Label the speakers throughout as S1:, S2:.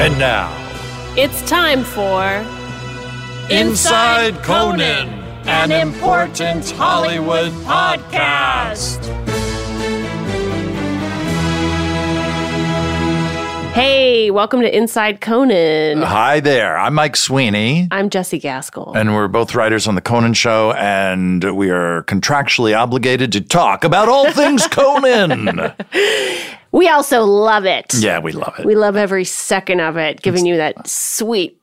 S1: And now,
S2: It's time for
S1: Inside Conan, an important Hollywood podcast.
S2: Hey, welcome to Inside Conan.
S1: Hi there. I'm Mike Sweeney.
S2: I'm Jesse Gaskell.
S1: And we're both writers on The Conan Show, and we are contractually obligated to talk about all things Conan.
S2: we also love it.
S1: Yeah, we love it.
S2: We love every second of it, giving you that sweet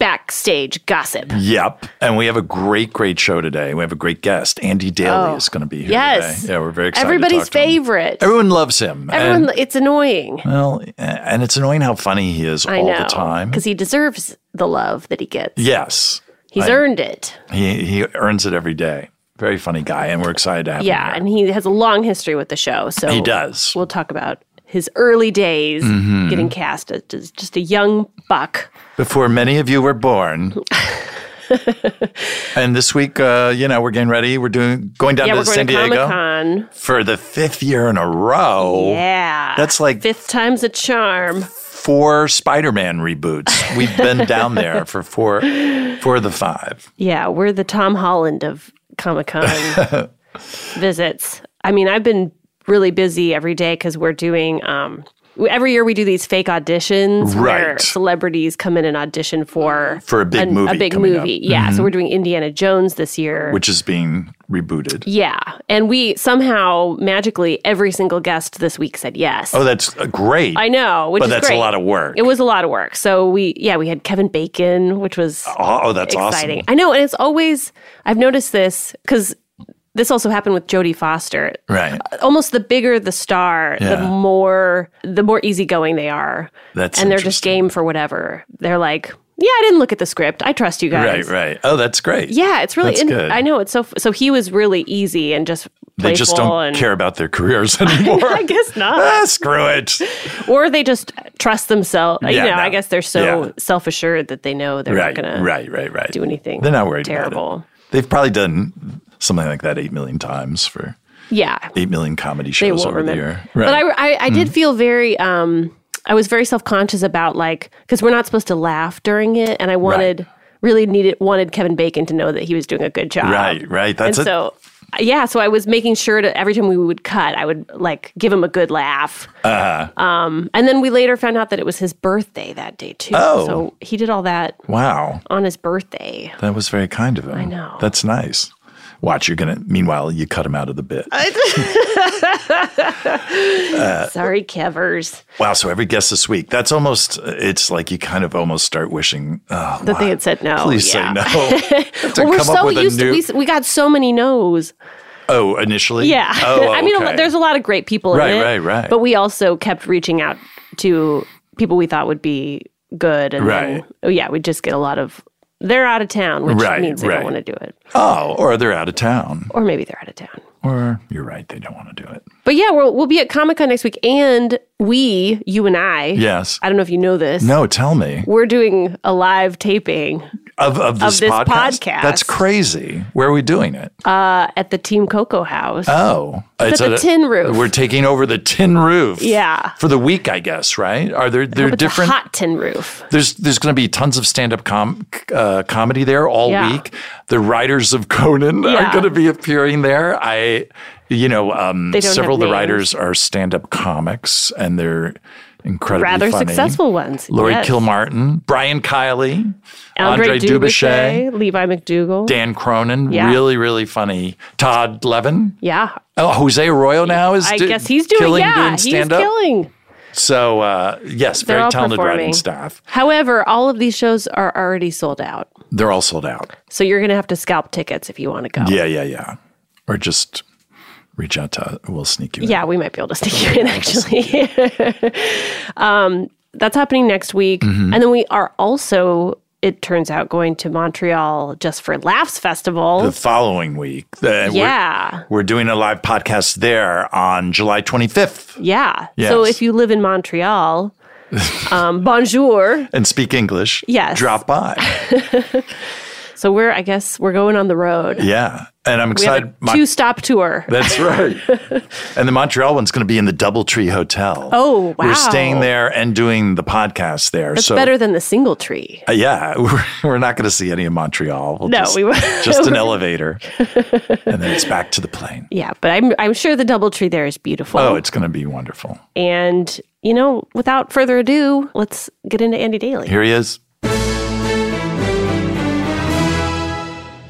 S2: backstage gossip.
S1: Yep. And we have a great, great show today. We have a great guest. Andy Daly
S2: Oh,
S1: is going to be here
S2: yes.
S1: today. Yeah, we're very excited. to
S2: Everybody's
S1: talk to him.
S2: favorite.
S1: Everyone loves him.
S2: Everyone,
S1: And,
S2: it's annoying.
S1: well, and it's annoying how funny he is
S2: I
S1: all
S2: know.
S1: the time. Mm.
S2: Because he deserves the love that he gets.
S1: yes.
S2: He's earned it.
S1: He, he earns it every day. Very funny guy, and we're excited to have
S2: Yeah.
S1: him.
S2: And he has a long history with the show. So
S1: here. he does. Mm-hmm.
S2: We'll talk about his early days getting cast as as just a young buck.
S1: Before many of you were born. and this week, uh, you know, we're getting ready. We're doing going down
S2: yeah,
S1: to
S2: we're going
S1: San
S2: to
S1: Diego
S2: Comic Con.
S1: for the fifth year in a row.
S2: Yeah.
S1: That's like
S2: Fifth time's a charm.
S1: four Spider-Man reboots. We've been down there for four, four of the five.
S2: Yeah, we're the Tom Holland of Comic Con visits. I mean, I've been really busy every day because we're doing. Um, we- every year we do these fake auditions where
S1: Right.
S2: celebrities come in and audition for
S1: For a big movie
S2: A big
S1: coming up. Mm-hmm.
S2: movie, yeah. So we're doing Indiana Jones this year,
S1: which is being rebooted.
S2: yeah. And we somehow magically every single guest this week said yes.
S1: Oh, that's uh, great.
S2: I know, which
S1: but
S2: is
S1: that's
S2: great.
S1: a lot of work.
S2: It was a lot of work. So we, yeah, we had Kevin Bacon, which was
S1: oh, oh, that's
S2: exciting.
S1: awesome.
S2: I know, and it's always I've noticed this because this also happened with Jodie Foster.
S1: Right.
S2: Almost the bigger the star, the
S1: Yeah.
S2: more the more easygoing they are.
S1: That's
S2: and they're just
S1: interesting.
S2: game for whatever. They're like, yeah, I didn't look at the script. I trust you
S1: Right,
S2: guys.
S1: right. Oh, that's great.
S2: Yeah, it's really.
S1: That's
S2: in-
S1: good.
S2: I know it's so. f- So he was really easy and just playful
S1: They just don't
S2: and,
S1: care about their careers anymore.
S2: I guess not.
S1: ah, screw it.
S2: Or they just trust themselves. you
S1: Yeah,
S2: know,
S1: no.
S2: I guess they're so
S1: Yeah.
S2: self assured that they know they're
S1: right,
S2: not going
S1: right, right, right.
S2: do anything
S1: They're not worried about
S2: terrible.
S1: it. They've probably done something like that eight million times for
S2: to. Yeah,
S1: eight million comedy
S2: they
S1: shows
S2: won't
S1: over
S2: remember.
S1: the year. Mm.
S2: But I, I, I did feel very, um, I was very self conscious about like because we're not supposed to laugh during it, and I wanted really needed wanted Kevin Bacon to know that he was doing a good job.
S1: right, right.
S2: And
S1: That's it.
S2: so, yeah, so I was making sure to every time we would cut, I would like give him a good laugh.
S1: Uh-huh.
S2: Um, and then we later found out that it was his birthday that day too.
S1: Oh.
S2: so he did all that
S1: wow.
S2: on his birthday.
S1: That was very kind of him. I
S2: know.
S1: That's nice. Watch, you're gonna. Meanwhile, you cut him out of the bit. Uh,
S2: Sorry, Kevers,
S1: wow. So every guest this week, that's almost. It's like you kind of almost start wishing. Oh,
S2: that they had said no.
S1: please
S2: yeah.
S1: say no. to
S2: Well, we're
S1: come up
S2: so
S1: with a
S2: used
S1: new-
S2: to we, s- we got so many no's.
S1: oh, initially.
S2: Yeah.
S1: Oh,
S2: I mean, a lo-
S1: okay.
S2: there's a lot of great people
S1: Right,
S2: in it.
S1: right, right.
S2: But we also kept reaching out to people we thought would be good. And then-
S1: Right.
S2: oh, yeah, we just get a lot of, they're out of town, which
S1: Right,
S2: means they
S1: right.
S2: don't want to do it.
S1: Oh, or they're out of town,
S2: Or maybe they're out of town.
S1: or you're right, they don't want to do it.
S2: But yeah, we'll, we'll be at Comic Con next week. And we, you and I,
S1: Yes.
S2: I don't know if you know this.
S1: No, tell me
S2: We're doing a live taping
S1: of of this,
S2: this
S1: podcast?
S2: podcast.
S1: That's crazy. Where are we doing it?
S2: uh, at the Team Coco house.
S1: oh, it's,
S2: at the Tin Roof.
S1: We're taking over the tin roof.
S2: Yeah.
S1: for the week, I guess. Right? Are there there
S2: It's a
S1: different?
S2: hot tin roof.
S1: there's there's going to be tons of stand up com- uh, comedy there all
S2: Yeah.
S1: week. The writers of Conan
S2: Yeah.
S1: are going to be appearing there. I You know, um,
S2: They don't have
S1: several of the
S2: names.
S1: writers are stand-up comics, and they're incredibly
S2: Rather
S1: funny.
S2: successful ones.
S1: Lori
S2: yes.
S1: Kilmartin, Brian Kiley,
S2: Andre,
S1: Andre
S2: Dubuchet, Levi McDougal.
S1: Dan Cronin,
S2: Yeah.
S1: really, really funny. Todd Levin.
S2: yeah.
S1: Oh, Jose Arroyo now is
S2: I
S1: do-
S2: guess he's doing,
S1: killing,
S2: yeah,
S1: doing
S2: he's
S1: stand-up.
S2: killing.
S1: So, uh, yes,
S2: They're
S1: very
S2: all
S1: talented writing
S2: performing.
S1: staff.
S2: However, all of these shows are already sold out.
S1: They're all sold out.
S2: So you're going to have to scalp tickets if you want to go.
S1: Yeah, yeah, yeah. Or just reach out to We'll sneak you in.
S2: Yeah, we might be able to sneak you in actually. um, that's happening next week.
S1: Mm-hmm.
S2: And then we are also, it turns out, going to Montreal just for Laughs Festival.
S1: The following week. The- we're-
S2: yeah.
S1: We're, doing a live podcast there on July 25th
S2: Yeah.
S1: Yes.
S2: So if you live in Montreal, um, bonjour.
S1: and speak English.
S2: Yes.
S1: Drop by.
S2: So we're, I guess, we're going on the road.
S1: yeah. And I'm
S2: We have
S1: excited.
S2: a
S1: Mon-
S2: two stop tour.
S1: That's right. and the Montreal one's going to be in the Doubletree Hotel.
S2: Oh, wow.
S1: We're staying there and doing the podcast there.
S2: That's
S1: so
S2: better than the single tree.
S1: Uh, yeah, we're, we're not going to see any of Montreal. We'll
S2: No,
S1: just,
S2: we won't.
S1: just an elevator, and then it's back to the plane.
S2: Yeah, but I'm I'm sure the double tree there is beautiful.
S1: Oh, it's going to be wonderful.
S2: and you know, without further ado, let's get into Andy Daly.
S1: Here he is.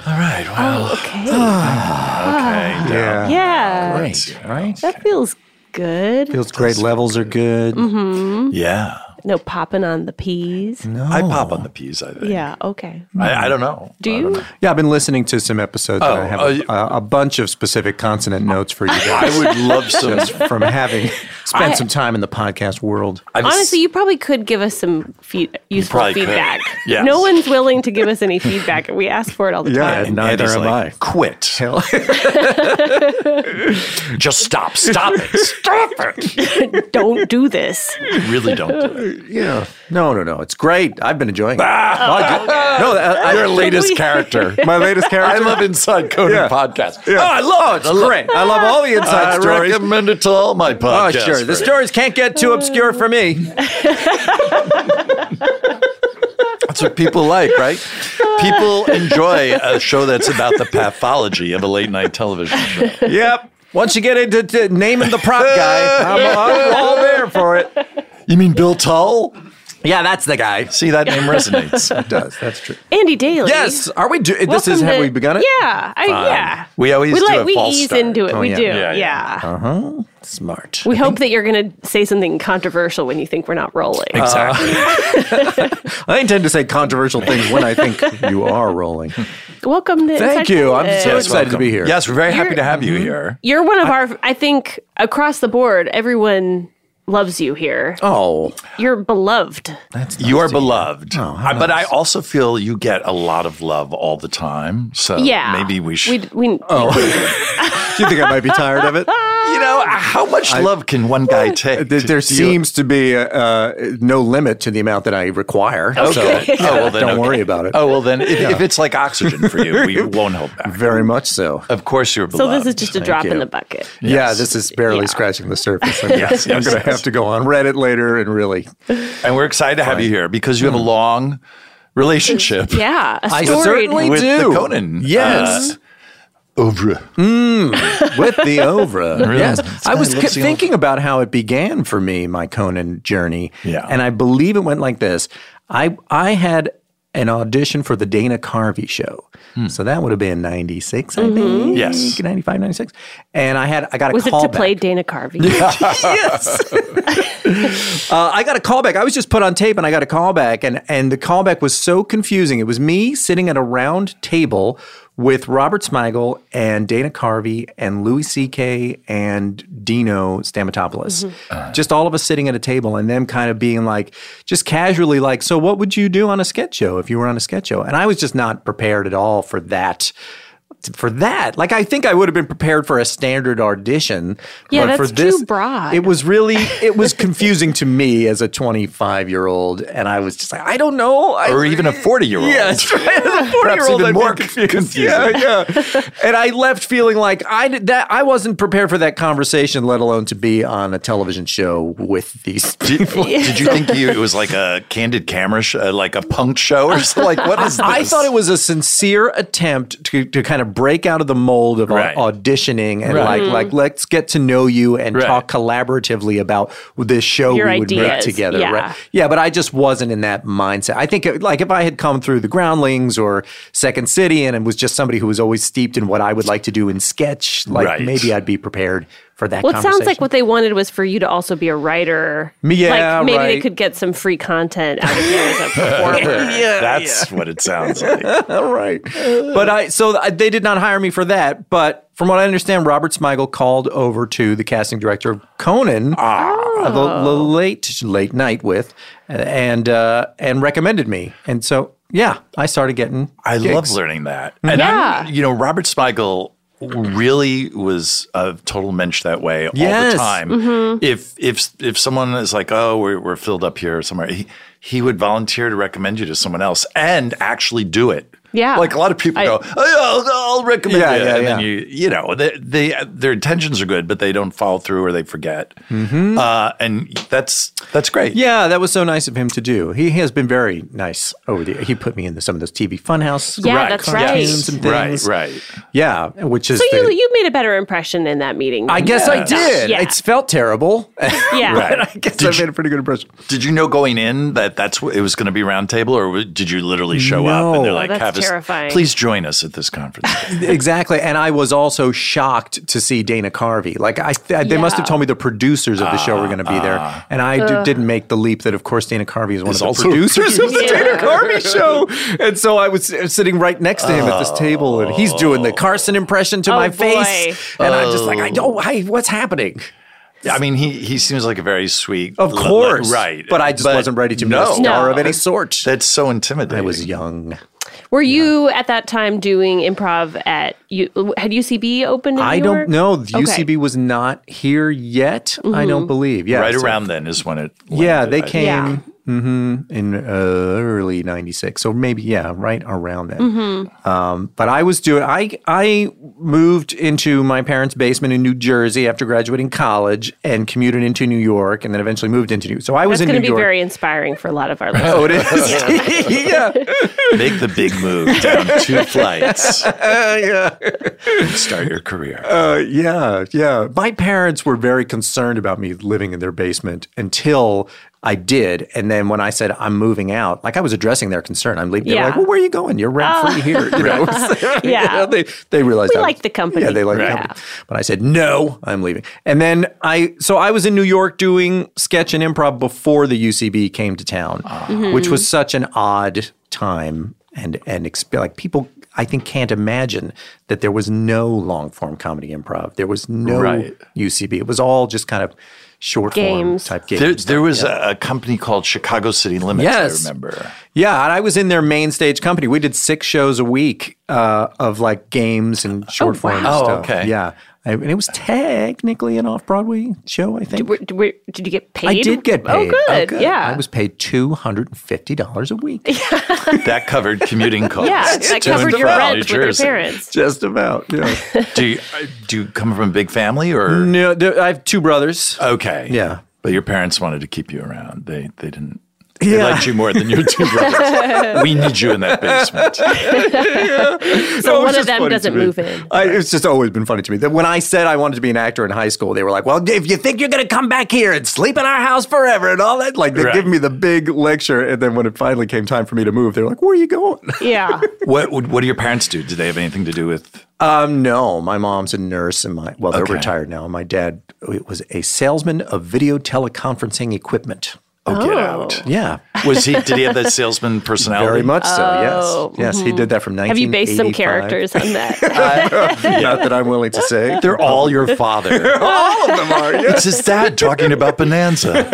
S1: All right. Well,
S2: Okay.
S1: okay.
S3: Yeah.
S2: yeah.
S1: Great. Right.
S2: That feels good.
S3: Feels great. Levels are good.
S2: Mm-hmm.
S1: Yeah.
S2: no popping on the peas.
S1: I pop on the peas. I think.
S2: Yeah, okay.
S1: I, I don't know.
S2: Do you?
S3: Yeah, I've been listening to some episodes and I have
S1: oh,
S3: a, a, a bunch of specific consonant notes for you
S1: I
S3: guys
S1: would love some.
S3: just from having spent some time in the podcast world.
S1: I've
S2: Honestly, you probably could give us some fe- useful
S1: probably could.
S2: feedback.
S1: Yes.
S2: No one's willing to give us any feedback. We ask for it all the time.
S3: Yeah, neither
S1: Andy's
S3: am
S1: like,
S3: I.
S1: Quit.
S3: Hell.
S1: Just stop. Stop it. Stop it.
S2: Don't do this.
S1: Really don't do it.
S3: yeah. No, no, no. It's great. I've been enjoying it. Oh, I- no, I- I-
S1: Your latest character.
S3: my latest
S1: I
S3: character.
S1: love Inside Conan
S3: Yeah.
S1: podcast.
S3: Yeah.
S1: Oh, I love it. I love
S3: Great.
S1: it.
S3: I love all the inside
S1: I
S3: stories.
S1: recommend it to all my
S3: Oh,
S1: podcasts.
S3: sure. The
S1: friends.
S3: stories can't get too obscure for me.
S1: That's what people like, right? People enjoy a show that's about the pathology of a late night television show.
S3: Yep. Once you get into to naming the prop guy, I'm, I'm all there for it.
S1: You mean Bill Tull?
S3: Yeah, that's the guy.
S1: See, that name resonates.
S3: It does. That's true.
S2: Andy Daly.
S3: Yes. Are we? Do- this
S2: Welcome
S3: is. Have
S2: to-
S3: we begun it?
S2: Yeah. I, yeah.
S1: We always
S2: we
S1: do
S2: like
S1: a
S2: we
S1: false
S2: ease
S1: start.
S2: into it. we
S3: Oh, yeah. Uh-huh.
S2: do.
S1: Yeah,
S2: Yeah.
S1: yeah.
S3: Smart.
S2: We hope that you're going to say something controversial when you think we're not rolling.
S1: Exactly.
S3: I intend to say controversial things when I think you are rolling.
S2: Uh, Welcome to Inside
S3: Thank you. I'm
S2: Conan.
S3: so
S1: Yes,
S3: excited to
S1: welcome.
S3: be here.
S1: Yes, we're very happy to have you here.
S2: You're one of our I think across the board everyone loves you here.
S3: Oh,
S2: You're beloved.
S3: that's
S1: You are beloved. I- but I also feel you get a lot of love all the time. So
S2: Yeah.
S1: maybe we should.
S2: We, we, oh.
S3: Do you think I might be tired of it?
S1: you know, how much love can one guy take?
S3: There, there
S1: Do you-
S3: seems to be uh, uh, no limit to the amount that I require.
S1: Okay.
S3: So
S1: Oh, well, then
S3: don't
S1: okay.
S3: worry about it.
S1: Oh well, then if, if it's like oxygen for you, we won't hold back.
S3: very much so.
S1: Of course, you're
S2: So
S1: beloved.
S2: this is just a drop in
S3: you.
S2: the bucket.
S3: Yeah, this is barely scratching the surface. I'm,
S1: Yes,
S3: I'm
S1: yes,
S3: going to
S1: yes.
S3: have to go on Reddit later and really.
S1: and we're excited to have you here because you have a
S3: Mm.
S1: long relationship
S2: Yeah, a
S3: I
S2: storied.
S3: certainly-
S1: with
S3: do.
S1: the Conan.
S3: Yes.
S1: uh, oeuvre.
S3: with the Ovra.
S1: Really?
S3: Yes,
S1: It's
S3: I
S1: kinda
S3: was c-
S1: lives the
S3: thinking about how it began for me, my Conan journey.
S1: Yeah.
S3: and I believe it went like this: I I had an audition for the Dana Carvey show, so that would have been '96, I think.
S1: Hmm. Yes.
S3: 95, 96. and I had I got
S2: Mm-hmm.
S3: a
S2: Was it
S3: call
S2: to
S3: back.
S2: play Dana Carvey?
S3: Uh, I got a callback. I was just put on tape, and I got a callback, and and the callback was so confusing. It was me sitting at a round table with Robert Smigel and Dana Carvey and Louis C.K. and Dino Stamatopoulos,
S2: Mm-hmm.
S3: just all of us sitting at a table, and them kind of being like, just casually like, so what would you do on a sketch show if you were on a sketch show? And I was just not prepared at all for that. For that, like I think I would have been prepared for a standard audition,
S2: Yeah,
S3: but
S2: that's
S3: for this,
S2: too broad.
S3: It was really it was confusing to me as a 25 year old, and I was just like, I don't know, I,
S1: Or even a 40-year-old.
S3: Yeah, that's right. As a 40 year
S1: Perhaps
S3: old,
S1: even more confusing.
S3: Yeah, yeah. and I left feeling like I did that. I wasn't prepared for that conversation, let alone to be on a television show with these.
S1: Did, did you think you, it was like a candid camera, sh- uh, like a punk show, or something? like what is this?
S3: I thought it was a sincere attempt to, to kind of of break out of the mold of au-
S1: Right.
S3: auditioning and
S1: Right.
S3: like like let's get to know you and
S1: Right.
S3: talk collaboratively about this show
S2: Your
S3: we would make
S2: ideas,
S3: together.
S2: yeah.
S3: Right? Yeah, but I just wasn't in that mindset. I think uh, like if I had come through the Groundlings or Second City and it was just somebody who was always steeped in what I would like to do in sketch, like
S1: Right.
S3: maybe I'd be prepared for that.
S2: Well, it sounds like
S3: conversation.
S2: what they wanted was for you to also be a writer.
S3: Yeah,
S2: like maybe they
S3: right.
S2: could get some free content out of you as a performer.
S1: That's what it sounds like.
S3: All right. But I so I, they did not hire me for that. But from what I understand, Robert Smigel called over to the casting director of Conan,
S1: Ah.
S3: uh, the, the late late night with, and uh, and recommended me. And so yeah, I started getting.
S1: I love learning that. And
S2: Yeah.
S1: I'm, you know, Robert Smigel really was a total mensch that way all
S3: Yes. Mm-hmm.
S1: the time. If if if someone is like, oh, we're, we're filled up here somewhere, he, he would volunteer to recommend you to someone else and actually do it.
S2: Yeah.
S1: like a lot of people
S2: I-
S1: go, oh, yeah, I'll, I'll recommend
S3: Yeah,
S1: you,
S3: yeah,
S1: and then
S3: yeah.
S1: you, you know, they, they their intentions are good, but they don't follow through or they forget, uh, and that's that's great.
S3: Mm-hmm. Yeah, that was so nice of him to do. He has been very nice over the. He put me into some of those TV Funhouse.
S2: Yeah, that's right.
S3: cartoons and
S1: right,
S3: things.
S1: right.
S3: Yeah, which is.
S2: so
S3: the-
S2: you you made a better impression in that meeting.
S3: I
S2: than
S3: guess I
S2: you
S3: did.
S2: Yeah.
S3: It's felt terrible.
S2: yeah.
S1: Right.
S3: I guess
S1: Did
S3: I
S1: you-
S3: made a pretty good impression.
S1: Did you know going in that that's what it was going to be roundtable, or w- did you literally show up
S3: No.
S1: and they're
S3: Oh,
S1: like,
S2: that's
S1: "Have us-
S2: terrifying.
S1: please join us at this conference"?
S3: exactly. And I was also shocked to see Dana Carvey. Like I, th- they must have
S2: Yeah.
S3: told me the producers of the show
S1: Ah,
S3: were going to be there, and I d- didn't make the leap that, of course, Dana Carvey is one
S1: Is
S3: of the
S1: also a
S3: producers of the
S2: producer.
S3: Dana Carvey show. And so I was s- sitting right next to him at this table, and he's doing the Carson impression to
S2: Oh,
S3: my
S2: boy.
S3: face, and I'm just like,
S1: Oh.
S3: I don't. I, what's happening?
S1: I mean, he he seems like a very sweet,
S3: Of
S1: li- li-
S3: course,
S1: right?
S3: But I just wasn't ready to be a
S1: no.
S3: star
S2: No.
S3: of any sort.
S1: That's so intimidating.
S3: I was young.
S2: Were you at that time doing improv at you? Had UCB opened? In
S3: I
S2: New
S3: don't
S2: York?
S3: know. The
S2: Okay.
S3: UCB was not here yet. I don't believe. Yeah,
S1: Mm-hmm. right
S3: so-
S1: around then is when it.
S3: Yeah,
S1: landed,
S3: they
S1: I-
S3: came
S2: Yeah.
S3: mhm, in uh, early '96, so maybe yeah, right around then.
S2: Mm-hmm.
S3: Um, but I was doing. I I moved into my parents' basement in New Jersey after graduating college and commuted into New York, and then eventually moved into New. So I was
S2: That's
S3: in
S2: going to
S3: New
S2: be
S3: York.
S2: very inspiring for a lot of our listeners.
S3: Oh, it is. yeah.
S1: Make the big move down two flights. And start your career.
S3: Uh, yeah, yeah. My parents were very concerned about me living in their basement until I did. And then when I said I'm moving out, like I was addressing their concern. I'm leaving. They were
S2: Yeah. Oh.
S3: like, well, where are you going? You're rent free here. You know? You
S2: Yeah.
S3: know, they, they realized
S2: We
S3: I was-
S2: like the company.
S3: Yeah, they like the
S2: Right.
S3: company. But I said, no, I'm leaving. And then I, so I was in New York doing sketch and improv before the UCB came to town,
S1: Ah.
S3: which was such an odd time. And, and exp- like people, I think, can't imagine that there was no long form comedy improv. There was no
S1: Right.
S3: UCB. It was all just kind of short
S2: Games.
S3: form type
S1: There,
S3: games.
S1: there was a, a company called Chicago City Limits.
S3: Yes.
S1: I remember.
S3: Yeah, and I was in their main stage company. We did six shows a week uh, of like games and short form
S1: wow. Oh,
S3: stuff.
S1: okay.
S3: Yeah, I, and it was technically an off Broadway show. I think
S2: Were- d- were- did you get paid?
S3: I did get paid.
S2: Oh, good. Yeah.
S3: I was paid two hundred and fifty dollars a week.
S1: That covered commuting costs.
S2: yeah, that
S1: to and
S2: covered your
S1: from
S2: rent
S1: New
S2: with your
S1: Jersey.
S2: parents.
S3: Just about. Yeah.
S1: Do you, do you come from a big family or
S3: no, there, I have two brothers.
S1: Okay.
S3: Yeah.
S1: But your parents wanted to keep you around. They they didn't. They
S3: Yeah.
S1: liked you more than your two brothers. we need you in that basement.
S2: So
S3: it was
S2: one of
S3: just
S2: them
S3: funny to
S2: doesn't
S3: me.
S2: move in.
S3: I, it's just always been funny to me that when I said I wanted to be an actor in high school, they were like, "Well, if you think you're going to come back here and sleep in our house forever and all that," like they
S1: Right.
S3: give me the big lecture, and then when it finally came time for me to move, they were like, "Where are you going?"
S2: Yeah.
S1: What would- what do your parents do? Do they have anything to do with?
S3: Um, no, my mom's a nurse, and my well, they're
S1: Okay.
S3: retired now. My dad uh, was a salesman of video teleconferencing equipment.
S1: Oh, get out.
S3: Yeah,
S1: Was he? Did he have that salesman personality?
S3: very much so. Yes, yes, he did that from 1985.
S2: Oh, mm-hmm. Have you based some characters on that?
S3: Not that I'm willing to say.
S1: They're all your father.
S3: all of them are. Yeah,
S1: it's his dad talking about Bonanza.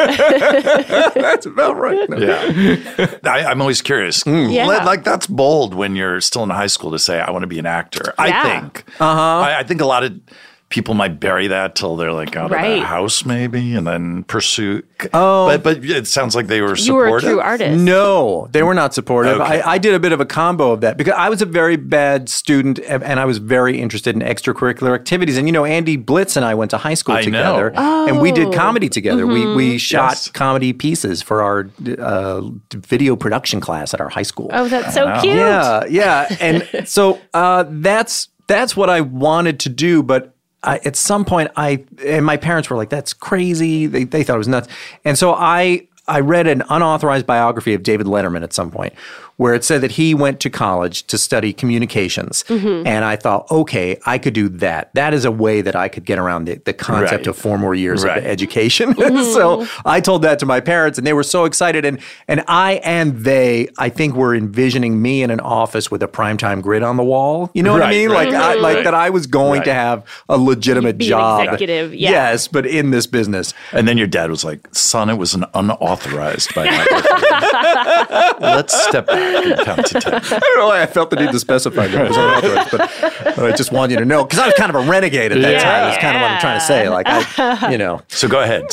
S3: that's about right. No.
S1: Yeah. Hmm. I, I'm always curious.
S2: Yeah.
S1: Like- Like that's bold when you're still in high school to say I want to be an actor.
S2: Yeah.
S1: I think. Uh-huh. I, I think a lot of people might bury that till they're like out of
S2: Right.
S1: the house maybe and then pursue. Oh, but but it sounds like they were
S2: you were a
S1: supportive.
S2: true artist.
S3: No, they were not supportive.
S1: Okay.
S3: I, I did a bit of a combo of that because I was a very bad student and and I was very interested in extracurricular activities. And you know, Andy Blitz and I went to high school
S1: I know.
S3: together, and we did comedy together. We we shot
S1: Yes.
S3: comedy pieces for our uh, video production class at our high school.
S2: Oh, that's so cute.
S3: Yeah, yeah. And so uh, that's that's what I wanted to do, but I, at some point, I and my parents were like, "That's crazy." They they thought it was nuts, and so I I read an unauthorized biography of David Letterman at some point, where it said that he went to college to study communications, and I thought, okay, I could do that. That is a way that I could get around the, the concept
S1: Right.
S3: of four more years
S1: Right.
S3: of education.
S2: Mm-hmm.
S3: so I told that to my parents, and they were so excited. And and I and they, I think, were envisioning me in an office with a primetime grid on the wall. You know what I
S1: Right,
S3: mean?
S1: right,
S3: like I,
S1: right,
S3: like
S1: right.
S3: that. I was going to
S1: Right.
S3: have a legitimate
S2: Be an
S3: job.
S2: executive, yeah.
S3: Yes, but in this business.
S1: And then your dad was like, son, it was an unauthorized biography. Let's step back and count to 10.
S3: I don't know why I felt the need to specify that it was unauthorized, but, but I just wanted you to know because I was kind of a renegade at that
S2: Yeah.
S3: time. That's kind of what I'm trying to say. Like, I, you know.
S1: So go ahead.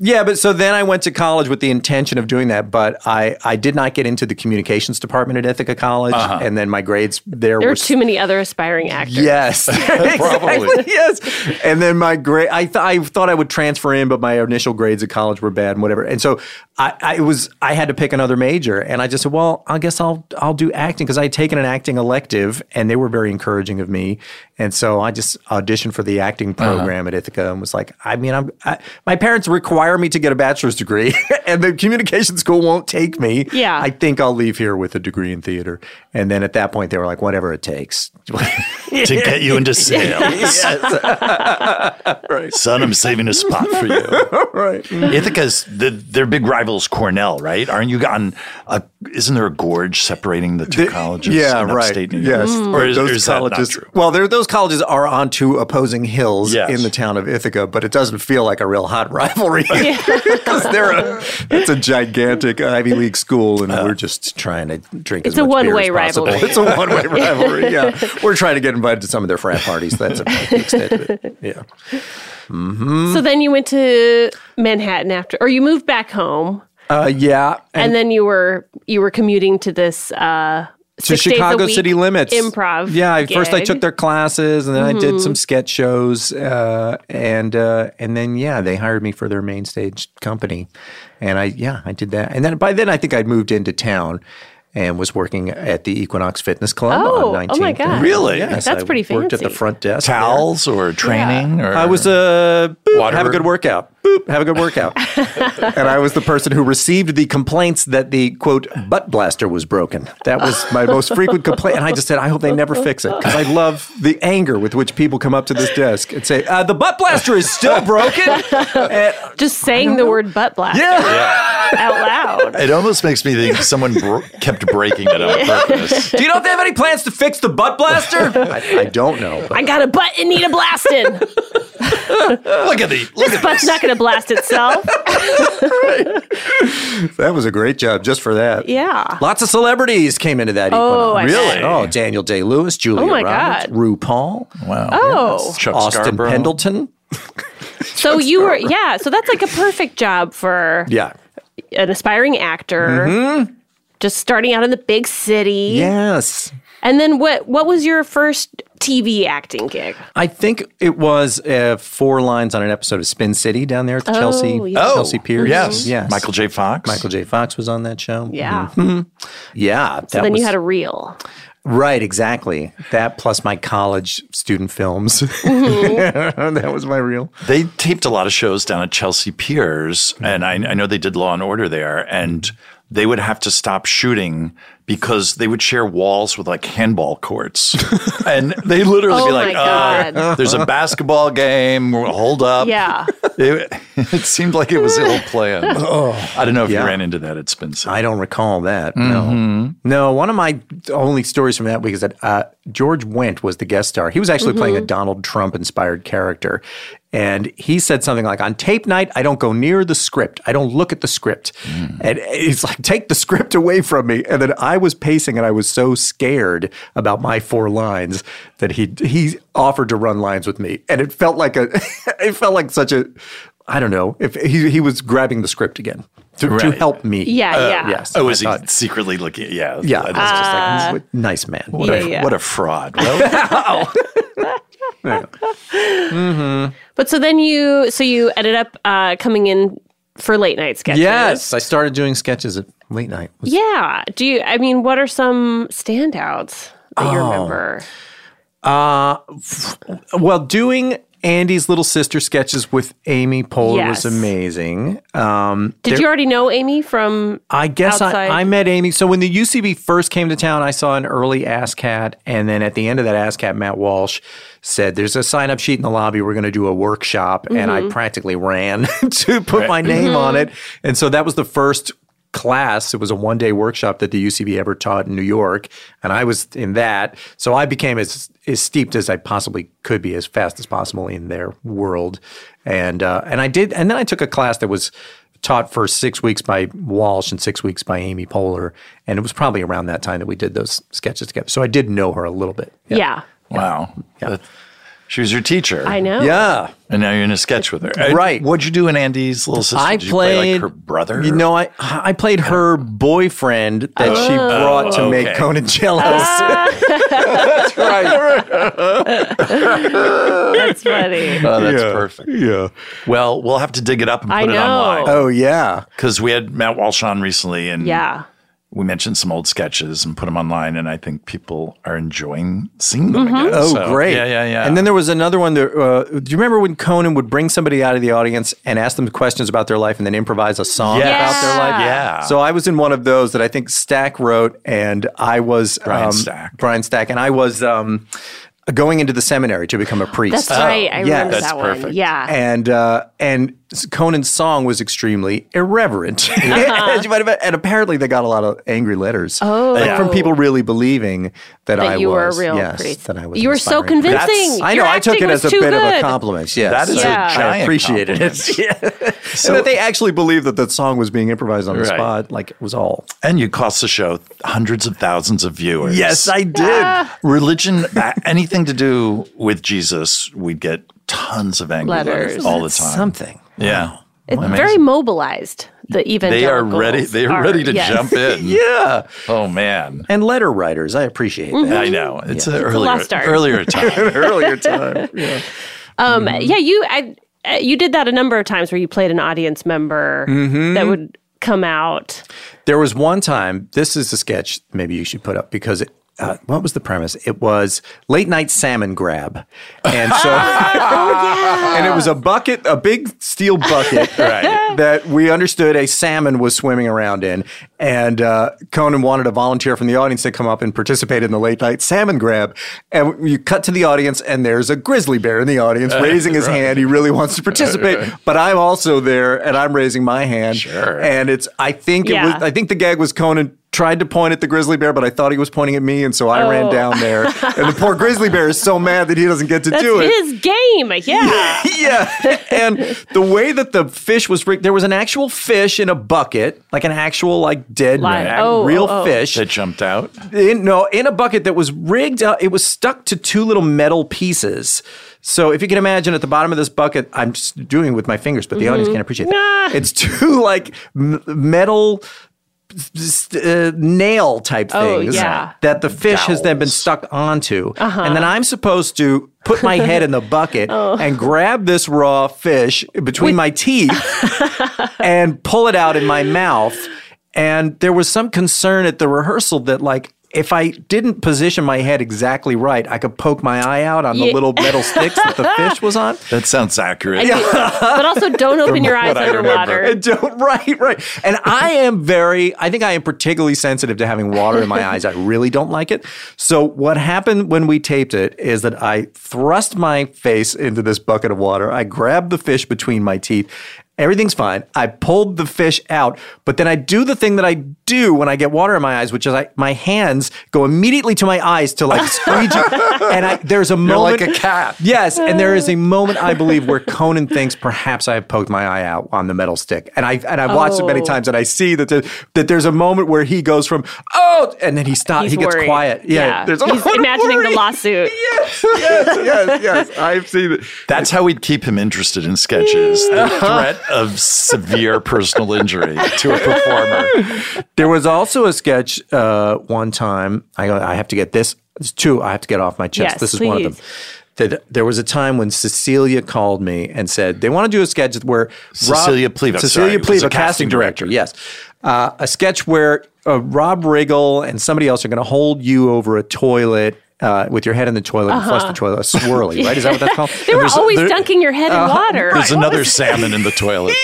S3: Yeah, but so then I went to college with the intention of doing that, but I, I did not get into the communications department at Ithaca College, and then my grades there,
S2: There
S3: were
S2: are too many other aspiring actors.
S3: Yes, Exactly, yes. And then my grade, I thought I thought I would transfer in, but my initial grades at college were bad and whatever. And so I, I was I had to pick another major, and I just said, well, I guess I'll I'll do acting because I had taken an acting elective, and they were very encouraging of me. And so I just auditioned for the acting program at Ithaca, and was like, I mean, I'm I, my parents require me to get a bachelor's degree, and the communication school won't take me.
S2: Yeah.
S3: I think I'll leave here with a degree in theater. And then at that point, they were like, whatever it takes.
S1: to get you into sales. Son, I'm saving a spot for you.
S3: right. Mm.
S1: Ithaca's the, their big rival is Cornell, right? Aren't you on a? Isn't there a gorge separating the two colleges?
S3: Yeah,
S1: in
S3: right.
S1: upstate New York?
S3: Yes,
S1: Mm. or is,
S3: those
S1: or is
S3: colleges.
S1: that not true?
S3: Well, there- those colleges are on two opposing hills
S1: Yes.
S3: in the town of Ithaca, but it doesn't feel like a real hot rivalry because they're a, it's a gigantic Ivy League school,
S1: Uh,
S3: and we're just trying to drink.
S2: It's
S3: as
S2: a
S3: much beer
S2: one-way
S3: as possible.
S2: rivalry.
S3: It's a one-way rivalry. Yeah, we're trying to get invited to some of their frat parties. That's about the extent of it. Yeah.
S2: So then you went to Manhattan after, or you moved back home,
S3: Uh, yeah.
S2: and, then you were you were commuting to this uh,
S3: to
S2: six days a
S3: Chicago
S2: week
S3: city limits
S2: improv.
S3: Yeah, I, first I
S2: gig. Mm-hmm.
S3: took their classes, and then I did some sketch shows, uh, and uh, and then yeah, they hired me for their main stage company, and I yeah I did that, and then by then I think I'd moved into town. And was working at the Equinox Fitness Club
S2: Oh, oh
S3: on 19th.
S2: my God.
S1: Really?
S3: Yes,
S2: That's
S3: I
S2: pretty
S3: Worked at the
S2: fancy.
S3: front desk. there.
S1: Towels or training? Or
S3: I was a boop,
S1: Water.
S3: have a good workout. Boop, have a good workout. and I was the person who received the complaints that the quote butt blaster was broken. That was my most frequent complaint, and I just said, I hope they never fix it because I love the anger with which people come up to this desk and say, uh, the butt blaster is still broken. And-
S2: just saying the word butt black
S3: yeah.
S2: out loud.
S1: It almost makes me think someone bro- kept breaking it on purpose.
S3: Do you know if they have any plans to fix the butt blaster? I, I don't know. But
S2: I got a butt and need a blasting.
S1: Look at the look at
S2: Butt's not going to blast itself.
S3: that was a great job just for that.
S2: Yeah.
S3: Lots of celebrities came into that.
S2: Oh,
S3: Equinox.
S2: I bet. Oh
S1: Really?
S3: Oh, Daniel Day Lewis, Julia
S2: my
S3: Roberts,
S2: God.
S3: RuPaul.
S1: wow.
S2: Oh.
S1: Chuck
S3: Austin
S1: Scarborough.
S3: Pendleton.
S2: So you were yeah. So that's like a perfect job for
S3: Yeah. Mm-hmm.
S2: an aspiring actor. Just starting out in the big city.
S3: Yes.
S2: And then what what was your first TV acting gig?
S3: I think it was uh, four lines on an episode of Spin City down there at the Chelsea
S2: yeah.
S1: Oh,
S3: Chelsea Piers.
S1: Yes.
S3: yes.
S1: Michael J. Fox.
S3: Michael J. Fox was on that show.
S2: Yeah.
S3: Yeah. Mm-hmm. that
S2: then
S3: was,
S2: you had a reel.
S3: right. Exactly. That plus my college student films.
S2: Mm-hmm.
S3: that was my real.
S1: they taped a lot of shows down at Chelsea Piers, and I, I know they did Law and Order there, and
S3: Mm-hmm.
S1: they would have to stop shooting because they would share walls with like handball courts, and they literally
S2: Oh
S1: be like,
S2: my
S1: "Uh,
S2: God.
S1: "There's a basketball game. we'll Hold up."
S2: Yeah.
S1: It, it seemed like it was ill planned. I don't know if
S3: Oh. Yeah.
S1: you ran into that at Spin City.
S3: I don't recall that. No. No. One of my only stories from that week is that uh, George Wendt was the guest star. He was actually playing a Donald Trump inspired character. And he said something like, on tape night, I don't go near the script. I don't look at the script. And it's like, take the script away from me. And then I was pacing and I was so scared about my four lines that he he offered to run lines with me. And it felt like a it felt like such a I don't know if he, he was grabbing the script again to, to
S1: Right.
S3: help me.
S2: Yeah, yeah.
S3: Yes.
S1: Oh, was
S3: I
S1: he
S3: thought-
S1: secretly looking? Yeah,
S3: Yeah.
S1: That is just like,
S3: What- nice man.
S1: what, a,
S2: Uh, yeah.
S1: what a fraud. Well,
S2: But so then you so you ended up uh, coming in for late night sketches.
S3: Yes. I started doing sketches at late night. Oh.
S2: Yeah. Do you I mean what are some standouts that you remember?
S3: Well, doing Andy's little sister sketches with Amy Poehler
S2: Yes.
S3: was amazing.
S2: Did you already know Amy from?
S3: I guess I,
S2: Outside.
S3: I met Amy. So when the UCB first came to town, I saw an early ASCAT. And then at the end of that ASCAT, Matt Walsh said, There's a sign up sheet in the lobby. We're going to do a workshop. And I practically ran to put my name on it. And so that was the first class. It was a one day workshop that the UCB ever taught in New York. And I was in that. So I became as, as steeped as I possibly could be, as fast as possible in their world. And, uh, and I did. And then I took a class that was taught for six weeks by Walsh and six weeks by Amy Poehler. And it was probably around that time that we did those sketches together. So I did know her a little bit.
S2: Yeah,
S1: Wow. That- she was your teacher.
S2: I know.
S3: Yeah.
S1: And now you're in a sketch with her. Uh,
S3: Right.
S1: What'd you do in Andy's little sister?
S3: I
S1: Did you play,
S3: played
S1: like her brother.
S3: You know, I I played her boyfriend that she brought to make
S1: Oh, okay.
S3: Conan jealous. That's right.
S2: that's funny.
S3: Um,
S1: Oh, that's perfect.
S3: Yeah.
S1: Well, we'll have to dig it up and put
S2: I
S1: it online
S2: know.
S3: Oh yeah.
S1: because we had Matt Walsh on recently, and
S2: Yeah,
S1: we mentioned some old sketches and put them online, and I think people are enjoying seeing them again.
S3: Oh,
S1: So,
S3: great.
S1: Yeah, yeah, yeah.
S3: And then there was another one that, uh, do you remember when Conan would bring somebody out of the audience and ask them questions about their life and then improvise a song about
S1: Yes.
S3: their life?
S1: Yeah.
S3: So I was in one of those that I think Stack wrote, and I was
S1: Brian
S3: um,
S1: Stack.
S3: Brian Stack, and I was um, going into the seminary to become a priest.
S2: that's
S1: Uh-huh.
S2: right. I remember
S3: yes.
S2: that one.
S1: perfect.
S2: Yeah,
S3: and uh, and Conan's song was extremely irreverent,
S2: Uh-huh.
S3: As you might have- and apparently they got a lot of angry letters oh. from people really believing that, I
S2: that you were a
S3: was
S2: real
S3: yes,
S2: priest.
S3: that I was.
S2: you were so
S3: inspiring.
S2: convincing.
S1: That's-
S3: I know.
S2: Your
S3: I took
S2: acting
S3: it
S2: was
S3: as a
S2: too
S3: bit of a
S2: good.
S3: compliment. Yes,
S1: that is a
S2: Yeah. I
S1: giant.
S3: I appreciated
S1: compliment.
S3: it. Yeah. and that they actually believed that that song was being improvised on the
S1: Right.
S3: spot, like it was all.
S1: And you cost the show hundreds of thousands of viewers.
S3: did.
S1: Ah. religion, a- anything to do with Jesus, we'd get tons of angry letters,
S2: Letters.
S1: all the time.
S3: Something.
S1: Yeah.
S2: It's
S1: Amazing.
S2: very mobilized. The evangelical.
S1: they are ready. They are ready to jump in.
S3: Yeah,
S1: Oh man,
S3: and letter writers, I appreciate that.
S1: I know it's an earlier
S2: lost art.
S1: earlier time.
S3: Earlier time, yeah.
S2: Um,
S3: Mm-hmm.
S2: yeah, you I, uh, you did that a number of times where you played an audience member
S3: Mm-hmm.
S2: that would come out.
S3: There was one time, this is a sketch maybe you should put up because it, uh, what was the premise? It was late night salmon grab. And so,
S1: Oh,
S3: and it was a bucket, a big steel bucket
S1: Right.
S3: that we understood a salmon was swimming around in. And uh, Conan wanted a volunteer from the audience to come up and participate in the late night salmon grab. And you cut to the audience, and there's a grizzly bear in the audience raising his hand. He really wants to participate, but I'm also there and I'm raising my hand.
S1: Sure.
S3: And it's, I think it was,
S2: Yeah.
S3: I think the gag was Conan tried to point at the grizzly bear, but I thought he was pointing at me. And so I ran
S2: Oh.
S3: down there. and the poor grizzly bear is so mad that he doesn't get to
S2: That's
S3: do it
S2: his game. Yeah.
S3: yeah. And the way that the fish was rigged, there was an actual fish in a bucket, like an actual, like dead,
S2: Live.
S3: act-
S2: Oh,
S3: real
S2: oh, oh.
S3: fish.
S1: That jumped out.
S3: In, no, in a bucket that was rigged up. It was stuck to two little metal pieces. So if you can imagine at the bottom of this bucket, I'm just doing it with my fingers, but the audience can't appreciate that.
S2: Mm-hmm. Nah.
S3: It's two like m- metal s- uh, nail type
S2: Oh,
S3: things
S2: yeah.
S3: that the fish has then been stuck onto. And then I'm supposed to put my head in the bucket and grab this raw fish between my teeth and pull it out in my mouth. And there was some concern at the rehearsal that, like, if I didn't position my head exactly right, I could poke my eye out on the
S2: Yeah.
S3: little metal sticks that the fish was on.
S1: That sounds accurate.
S2: but also don't open your eyes
S1: what I remember.
S2: underwater.
S3: And don't, right, right. And I am very, I think I am particularly sensitive to having water in my eyes. I really don't like it. So, what happened when we taped it is that I thrust my face into this bucket of water. I grabbed the fish between my teeth. Everything's fine. I pulled the fish out, but then I do the thing that I do when I get water in my eyes, which is I, my hands go immediately to my eyes to like squeegee. and I, there's a moment
S1: like a cat.
S3: Yes, and there is a moment I believe where Conan thinks perhaps I have poked my eye out on the metal stick, and I and I've watched it many
S2: Oh.
S3: times, and I see that there, that there's a moment where he goes from oh, and then he stops,
S2: He's
S3: he gets
S2: worried.
S3: quiet. Yeah, there's a
S2: He's
S3: lot of
S2: imagining
S3: worry.
S2: the lawsuit.
S3: Yes, yes, yes, yes. I've seen it.
S1: That's how we'd keep him interested in sketches. The threat of severe personal injury to a performer.
S3: There was also a sketch uh, one time. I go, I have to get this. There's two I have to get off my chest.
S2: Yes,
S3: this is one of them.
S2: please.
S3: That there was a time when Cecilia called me and said they want to do a sketch where Rob-
S1: Cecilia Pleva, sorry,
S3: Cecilia
S1: was
S3: Pleva,
S1: a
S3: casting,
S1: casting
S3: director. Yes, uh, a sketch where uh, Rob Riggle and somebody else are going to hold you over a toilet. uh, with your head in the toilet and flush the toilet, a swirly, right? Is that what that's called?
S2: Uh-huh. They were always dunking your head
S3: Uh-huh.
S2: in water.
S1: There's another salmon in the toilet.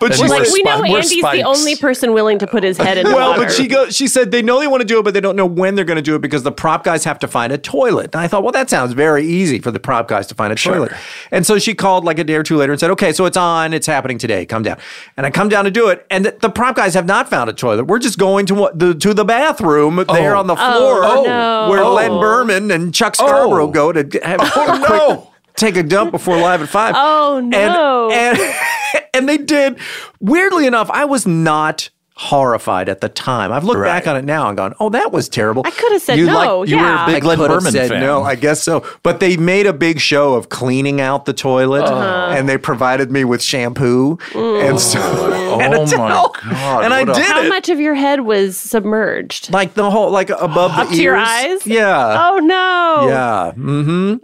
S3: but
S1: That's
S3: she
S1: more
S2: Like
S3: said,
S2: we know
S1: spikes. More
S2: Andy's the
S1: spikes.
S2: only person willing to put his head in
S3: well,
S2: water.
S3: but she goes. She said they know they want to do it, but they don't know when they're going to do it because the prop guys have to find a toilet. And I thought, well, that sounds very easy for the prop guys to find a toilet. And so she called like a day or two later and said, okay, so it's on. It's happening today. Come down. And I come down to do it, and the, the prop guys have not found a toilet. We're just going to what the to the bathroom there on the floor
S2: no.
S3: where
S2: Oh.
S3: Len Berman and Chuck Scarborough go to have a quick- take a dump before live at five.
S2: Oh,
S3: And-
S2: no.
S3: and and they did. Weirdly enough, I was not horrified at the time. I've looked back on it now and gone, "Oh, that was terrible." I
S2: coulda said
S1: Oh,
S2: no, You were a yeah. big
S1: Len
S3: coulda
S1: Berman
S3: said
S1: fan.
S3: No, I guess so. But they made a big show of cleaning out the toilet,
S2: Uh-huh.
S3: and they provided me with shampoo and so and a
S1: Oh, my
S3: towel.
S1: God,
S3: and I
S1: what a-
S3: did
S2: How
S3: it.
S2: much of your head was submerged?
S3: like the whole like above
S2: Up
S3: the
S2: to your
S3: ears.
S2: eyes?
S3: Yeah.
S2: oh no!
S3: uh, Yeah. Mm-hmm.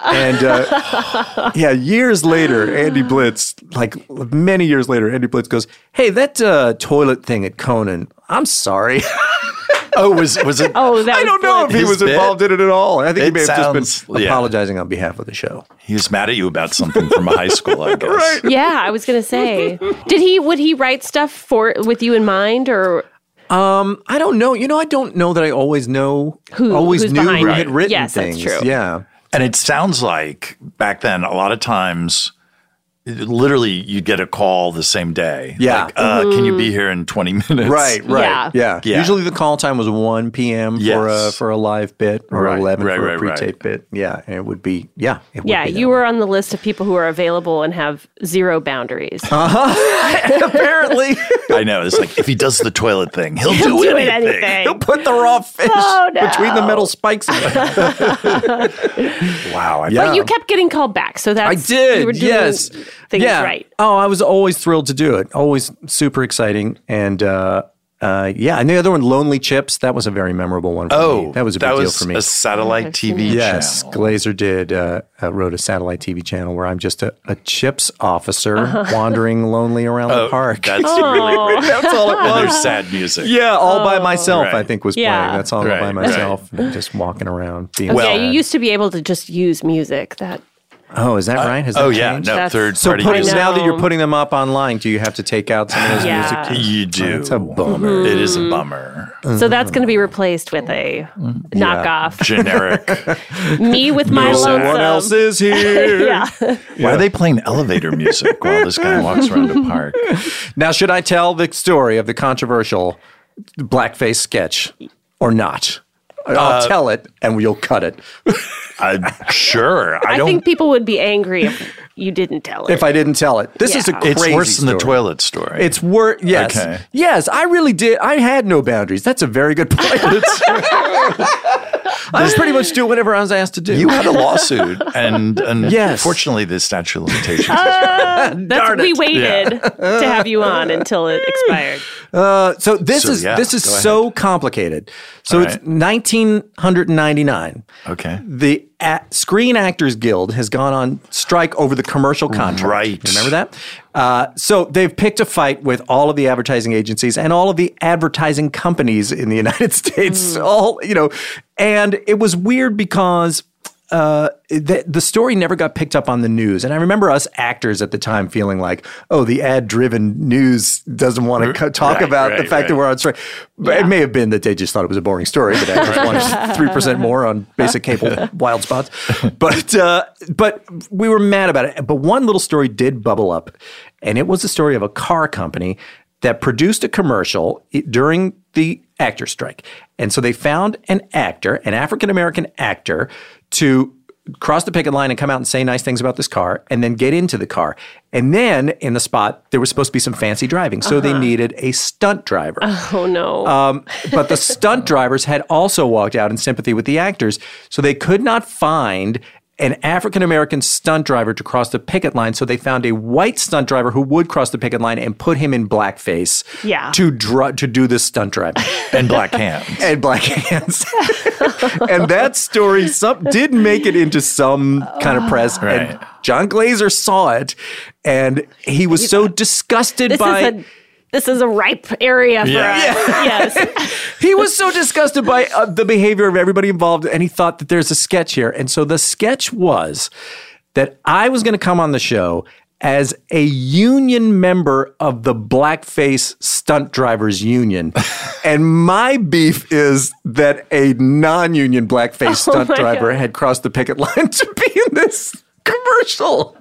S3: And uh, yeah, years later, Andy Blitz, like many years later, Andy Blitz goes, "Hey, that uh, toilet thing at Conan. I'm sorry.
S1: Oh, was was it?
S2: Oh, that
S3: I
S2: was
S3: don't know if
S2: good.
S3: he
S1: His
S3: was
S1: bit?
S3: involved in it at all. I think he
S1: It
S3: may have just
S1: sounds-
S3: been
S1: yeah.
S3: apologizing on behalf of the show.
S1: He was mad at you about something from high school, I guess.
S2: yeah, I was gonna say, did he? Would he write stuff for with you in mind, or
S3: I don't know. You know, I don't know that I always know
S2: Who-
S3: always
S2: who's
S3: knew who
S2: behind it.
S3: had written
S2: Yes, that's
S3: things.
S2: true.
S3: Yeah.
S1: And it sounds like back then, a lot of times, literally, you'd get a call the same day.
S3: Yeah.
S1: Like, uh, can
S2: Mm-hmm.
S1: you be here in 20 minutes?
S3: Right, right,
S2: Yeah.
S3: yeah.
S1: Yeah.
S3: Usually the call time was one p.m. for a
S1: Yes.
S3: for a live bit, or
S1: Right,
S3: eleven
S1: right,
S3: for a
S1: right, right.
S3: pre-tape bit. Yeah, and it would be yeah. It would
S2: yeah,
S3: be that
S2: you were on the list of people who are available and have zero boundaries.
S3: Uh-huh. apparently
S1: I know. It's like if he does the toilet thing, he'll, do,
S2: Do it
S1: anything.
S2: anything.
S3: he'll put the raw fish
S2: Oh, no.
S3: between the metal spikes. yeah,
S1: Wow. I
S2: But you kept getting called back, so that's
S3: I did.
S2: You were doing
S3: yes,
S2: things
S3: yeah.
S2: right.
S3: Oh, I was always thrilled to do it. Always super exciting, and uh, uh, yeah. And the other one, Lonely Chips, that was a very memorable one. For me.
S1: Oh,
S3: that was a big
S1: that
S3: deal
S1: was
S3: for me.
S1: A satellite TV
S3: Yes,
S1: channel.
S3: Glazer did. Uh, uh, wrote a satellite TV channel where I'm just a, a chips officer
S2: Uh-huh.
S3: wandering lonely around the park.
S1: Oh, That's really
S3: That's all it
S1: and there's sad music.
S3: Yeah, all by myself. I
S1: Right.
S3: think was
S2: Oh. Yeah.
S3: playing. That's all
S1: Right,
S3: by
S1: right.
S3: myself. and Just walking around. Being
S2: yeah,
S1: Well-
S2: you
S3: sad.
S2: used to be able to just use music. That
S3: Oh, is that right? Has that
S1: Oh yeah,
S3: changed?
S1: no
S2: That's-
S1: third
S3: So
S1: party
S3: putting,
S1: music.
S3: now that you're
S2: know.
S3: putting them up online, do you have to take out some of those
S2: Yeah. Mm-hmm.
S3: music? too?
S1: You do.
S3: Oh, That's a bummer.
S1: It is a bummer.
S2: so that's going to be
S3: Uh-huh.
S2: replaced with a
S3: Mm-hmm.
S2: knockoff.
S1: Generic.
S2: Me with my
S3: Someone
S2: lonesome.
S3: else is here.
S2: yeah.
S1: Why are they playing elevator music while this guy walks around the park?
S3: Now, should I tell the story of the controversial blackface sketch or not? I'll
S1: Uh,
S3: tell it, and you'll cut it.
S1: I, sure. I,
S2: I
S1: don't.
S2: think people would be angry if you didn't tell it.
S3: If I didn't tell it, this is a
S2: Yeah.
S3: crazy.
S1: it's worse than the
S3: story.
S1: toilet story.
S3: It's worth yes,
S1: Okay.
S3: yes. I really did. I had no boundaries. That's a very good point. I was pretty much doing whatever I was asked to do.
S1: you had a lawsuit, and and
S3: Yes.
S1: fortunately, the statute of limitations.
S2: Uh, That's we waited to have you on until it expired.
S3: Uh, so this
S1: So,
S3: is
S1: yeah,
S3: this is
S1: go ahead.
S3: so complicated. So
S1: All
S3: it's
S1: right.
S3: 1999.
S1: okay,
S3: The a- Screen Actors Guild has gone on strike over the commercial contract.
S1: Right.
S3: Remember that? Uh, so they've picked a fight with all of the advertising agencies and all of the advertising companies in the United States.
S1: Hmm.
S3: All you know, and it was weird because. Uh, the, the story never got picked up on the news, and I remember us actors at the time feeling like, "Oh, the ad-driven news doesn't want to co- talk
S1: Right,
S3: about the
S1: right,
S3: fact that
S1: right.
S3: we're on strike." But It may have been that they just thought it was a boring story, but I just wanted three percent more on basic cable wild spots. But uh, but we were mad about it. But one little story did bubble up, and it was the story of a car company that produced a commercial i- during the actor strike, and so they found an actor, an African American actor, to cross the picket line and come out and say nice things about this car and then get into the car. And then in the spot, there was supposed to be some fancy driving. So they needed a stunt driver.
S2: Oh no.
S3: Um, but the stunt drivers had also walked out in sympathy with the actors, so they could not find an African American stunt driver to cross the picket line. So they found a white stunt driver who would cross the picket line and put him in blackface
S2: Yeah.
S3: to dr- to do this stunt driving
S1: and black hands.
S3: and black hands. and that story some, did make it into some kind of press. And
S1: Right.
S3: John Glazer saw it and he was so disgusted
S2: this
S3: by
S2: is a this is a ripe area for
S1: Yeah.
S2: us. Yes.
S3: He was so disgusted by uh, the behavior of everybody involved, and he thought that there's a sketch here. And so the sketch was that I was going to come on the show as a union member of the Blackface Stunt Drivers Union. and my beef is that a non union blackface stunt
S2: Oh my
S3: driver
S2: God.
S3: had crossed the picket line to be in this commercial.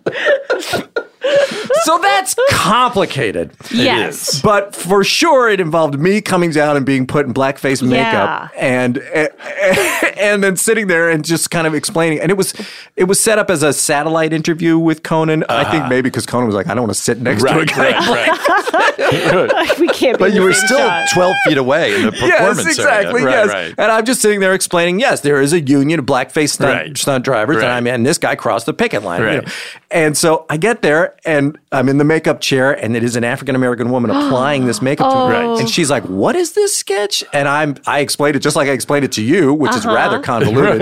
S3: so that's complicated.
S2: yes.
S3: But for sure, it involved me coming down and being put in blackface makeup, and and then sitting there and just kind of explaining. And it was it was set up as a satellite interview with Conan. I think maybe because Conan was like, I don't want to sit next to a guy.
S2: We can't be
S1: But
S2: in
S1: you
S2: the
S1: were
S2: same
S1: still
S2: shot.
S1: 12 feet away in the performance
S3: Yes, exactly.
S1: area.
S3: yes,
S1: Right, right.
S3: and I'm just sitting there explaining. Yes, there is a union of blackface stunt,
S1: Right.
S3: stunt drivers, and
S1: Right.
S3: I mean, this guy crossed the picket line. you know.
S1: Right.
S3: And so I get there, and I'm in the makeup chair, and it is an African American woman applying this makeup to me,
S1: Right.
S3: and she's like, "What is this sketch?" And I'm I explained it just like I explained it to you, which is rather convoluted,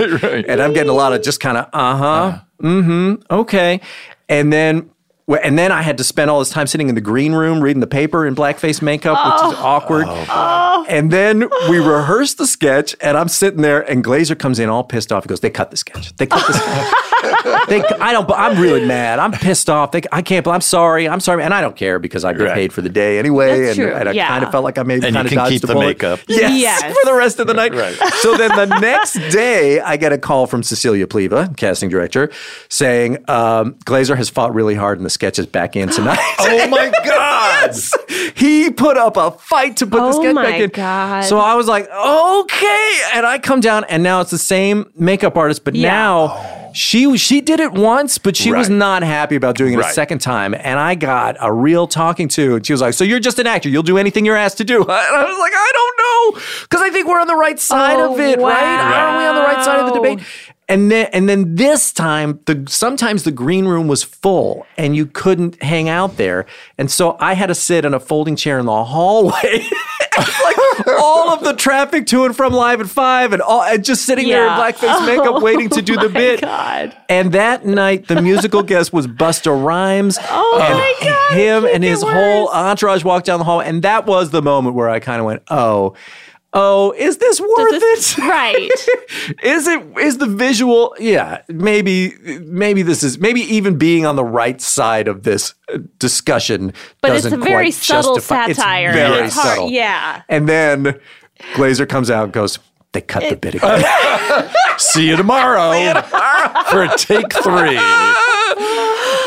S1: Right, Uh-huh. right.
S3: and I'm getting a lot of just kind of uh huh, mm-hmm, okay, and then. well, And then I had to spend all this time sitting in the green room reading the paper in blackface makeup, which is awkward.
S1: Oh,
S3: And then we rehearsed the sketch, and I'm sitting there, and Glazer comes in all pissed off. He goes, "They cut the sketch. They cut the sketch. they, I don't. I'm really mad. I'm pissed off. They, I can't. I'm sorry. I'm sorry. And I don't care because I get
S1: Right.
S3: paid for the day anyway.
S2: That's
S3: and
S2: true.
S3: and I
S2: Yeah.
S3: kind of felt like I
S1: And
S3: made
S1: you
S3: kind of
S1: can
S3: dodged
S1: keep
S3: the
S1: the
S3: bullet.
S1: makeup.
S3: Yes,
S2: Yes.
S3: for the rest of the night.
S1: Right.
S3: So then the next day, I get a call from Cecilia Pleva, casting director, saying um, Glazer has fought really hard, and the sketch is back in tonight.
S1: Oh my God.
S3: He put up a fight to put the
S2: Oh
S3: sketch
S2: my
S3: back in.
S2: God.
S3: So I was like, okay. And I come down, and now it's the same makeup artist, but
S2: Yeah.
S3: now she she did it once, but she was
S1: Oh. Right.
S3: not happy about doing it a
S1: Right.
S3: second time. And I got a real talking to, and she was like, "So you're just an actor? You'll do anything you're asked to do?" And I was like, "I don't know, because I think we're on the right side
S2: Oh,
S3: of it, right? Aren't we on the right side of the
S2: wow.
S3: debate?" And then, and then this time, the sometimes the green room was full, and you couldn't hang out there, and so I had to sit in a folding chair in the hallway, like all of the traffic to and from live at five, and all, and just sitting
S2: Yeah. Oh
S3: there in blackface makeup, waiting to do the bit.
S2: God.
S3: And that night, the musical guest was Busta Rhymes.
S2: Oh
S3: Um, and
S2: my God, it
S3: Him
S2: can't
S3: and
S2: get
S3: his whole
S2: worse.
S3: entourage walked down the hall, and that was the moment where I kind of went, "Oh, oh, is this worth
S2: This-
S3: it?
S2: right.
S3: is it is the visual? Yeah, maybe, maybe this is maybe even being on the right side of this uh, discussion.
S2: But it's
S3: doesn't
S2: a very
S3: quite
S2: subtle
S3: justify-
S2: satire.
S3: It's very
S2: It's hard-
S3: subtle.
S2: Yeah.
S3: And then Glazer comes out and goes, "They cut the bit again."
S1: See you tomorrow for take three.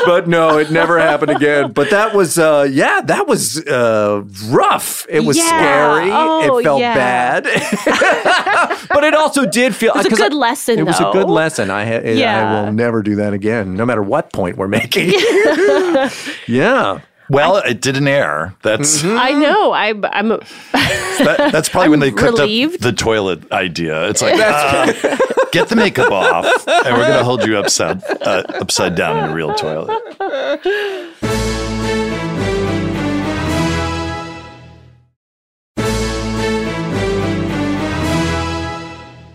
S3: but no, it never happened again. But that was, uh, yeah, that was uh, rough. It was
S2: Yeah.
S3: scary.
S2: Oh,
S3: it felt
S2: yeah.
S3: bad. but it also did feel. It
S2: was a good lesson,
S3: It was a
S2: though.
S3: good lesson. I, ha- I
S2: Yeah.
S3: will never do that again, no matter what point we're making. yeah.
S1: Well, it didn't air. That's
S2: I know. I, I'm.
S1: that, that's probably when they cooked
S2: relieved.
S1: up the toilet idea. It's like uh, get the makeup off, and we're gonna hold you upside uh, upside down in a real toilet.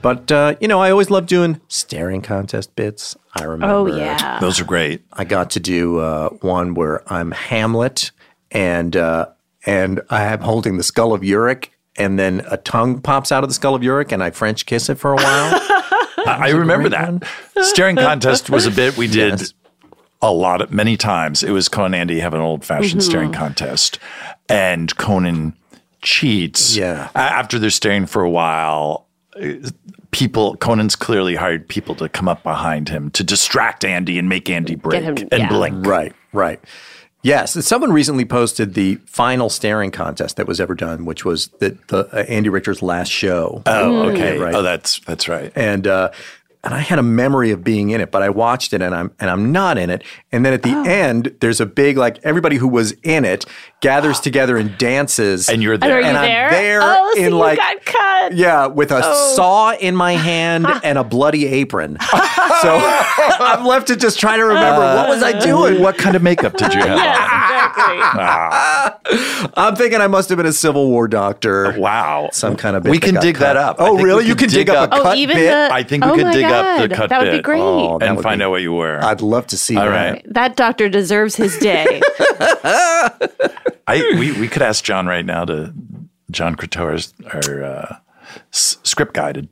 S3: But, uh, you know, I always love doing staring contest bits. I remember.
S2: Oh yeah.
S1: Those are great.
S3: I got to do uh, one where I'm Hamlet and uh, and I am holding the skull of Uric, and then a tongue pops out of the skull of Uric, and I French kiss it for a while.
S1: I, I remember that. Staring contest was a bit we did a lot of many times. It was Conan Andy have an old fashioned staring contest, and Conan cheats.
S3: Yeah.
S1: A- after they're staring for a while, uh, people Conan's clearly hired people to come up behind him to distract Andy and make Andy break
S2: him-
S1: and
S2: yeah.
S1: blink.
S3: right, right. Yes, and someone recently posted the final staring contest that was ever done, which was the, the uh, Andy Richter's last show.
S1: Oh, okay.
S3: Mm. Right.
S1: Oh, that's that's right.
S3: and uh, and I had a memory of being in it, but I watched it and I'm and I'm not in it. And then at
S2: Oh.
S3: the end, there's a big like everybody who was in it gathers together and dances.
S1: And you're
S2: And
S1: there.
S2: are you
S3: And I'm
S2: there?
S3: there
S2: oh, so
S3: in,
S2: you
S3: like-
S2: got cut.
S3: Yeah, with a
S2: Oh.
S3: saw in my hand and a bloody apron. so I'm left to just try to remember what was
S2: Uh.
S3: I doing?
S1: what kind of makeup did you have? on? Ah,
S2: Exactly.
S3: I'm thinking I must have been a Civil War doctor.
S1: Wow.
S3: Some kind of bit
S1: We
S3: that
S1: can
S3: got
S1: dig
S3: cut.
S1: that up. I
S3: Oh,
S1: think we
S3: really? You can dig up a
S2: Oh,
S3: cut
S2: even
S3: bit?
S2: the.
S1: I think we
S2: oh
S1: could
S2: my
S1: dig up the
S2: God,
S1: cut
S2: That would be
S1: bit.
S2: great.
S3: Oh, that
S1: and
S3: would
S1: find
S3: be-
S1: out what you were.
S3: I'd love to see
S1: All
S3: that.
S1: right.
S2: That doctor deserves his day.
S1: I we, we could ask John right now to John Krator's our uh, s- script guy to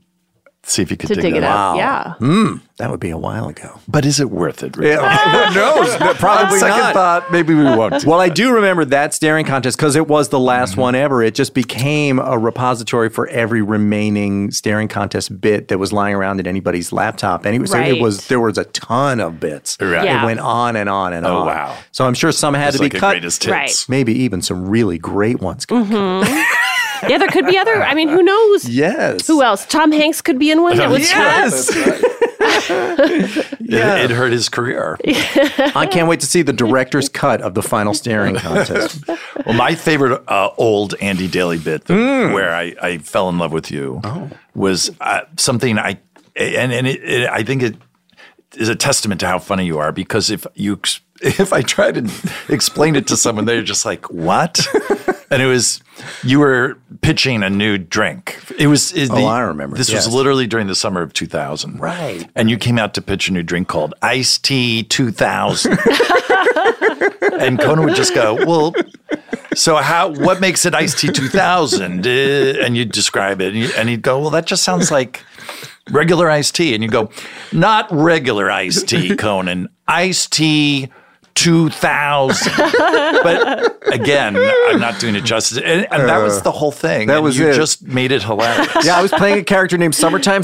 S1: see if he could
S2: to dig it
S1: that
S2: up. Yeah.
S3: That would be a while ago.
S1: But is it worth it? Really?
S3: Yeah, no, probably
S1: Second
S3: not.
S1: thought, maybe we won't.
S3: Well, I do remember that staring contest because it was the
S1: Mm-hmm.
S3: last one ever. It just became a repository for every remaining staring contest bit that was lying around in anybody's laptop, and it was, it
S2: Right.
S3: was there was a ton of bits.
S1: Right.
S2: Yeah.
S3: It went on and on and
S1: Oh,
S3: on.
S1: wow.
S3: So I'm sure some had
S1: It's
S3: to be
S1: like a
S3: cut.
S1: greatest
S2: Right.
S1: hits.
S3: Maybe even some really great ones.
S2: Mm-hmm.
S3: got cut.
S2: Yeah, there could be other. I mean, who knows?
S3: Yes.
S2: Who else? Tom Hanks could be in one that was
S3: Yes.
S1: It, it hurt his career.
S3: I can't wait to see the director's cut of the final staring contest.
S1: Well, my favorite uh, old Andy Daly bit that- where I, I fell in love with you was uh, something I and and it, it, I think it is a testament to how funny you are because if you ex- if I try to explain it to someone, they're just like, "What?" and it was you were pitching a new drink. It was it, oh,
S3: I remember,
S1: This
S3: yes.
S1: was literally during the summer of two thousand,
S3: Right.
S1: And you came out to pitch a new drink called Iced Tea Two Thousand, and Conan would just go, "Well." So how? What makes it iced tea two thousand? Uh, and you describe it, and, you, and he'd go, "Well, that just sounds like regular iced tea." And you go, "Not regular iced tea, Conan. Iced tea two thousand. but again, I'm not doing it justice. And, and Uh, that was the whole thing.
S3: that
S1: And
S3: was
S1: you
S3: it.
S1: Just made it hilarious.
S3: yeah, I was playing a character named Summertime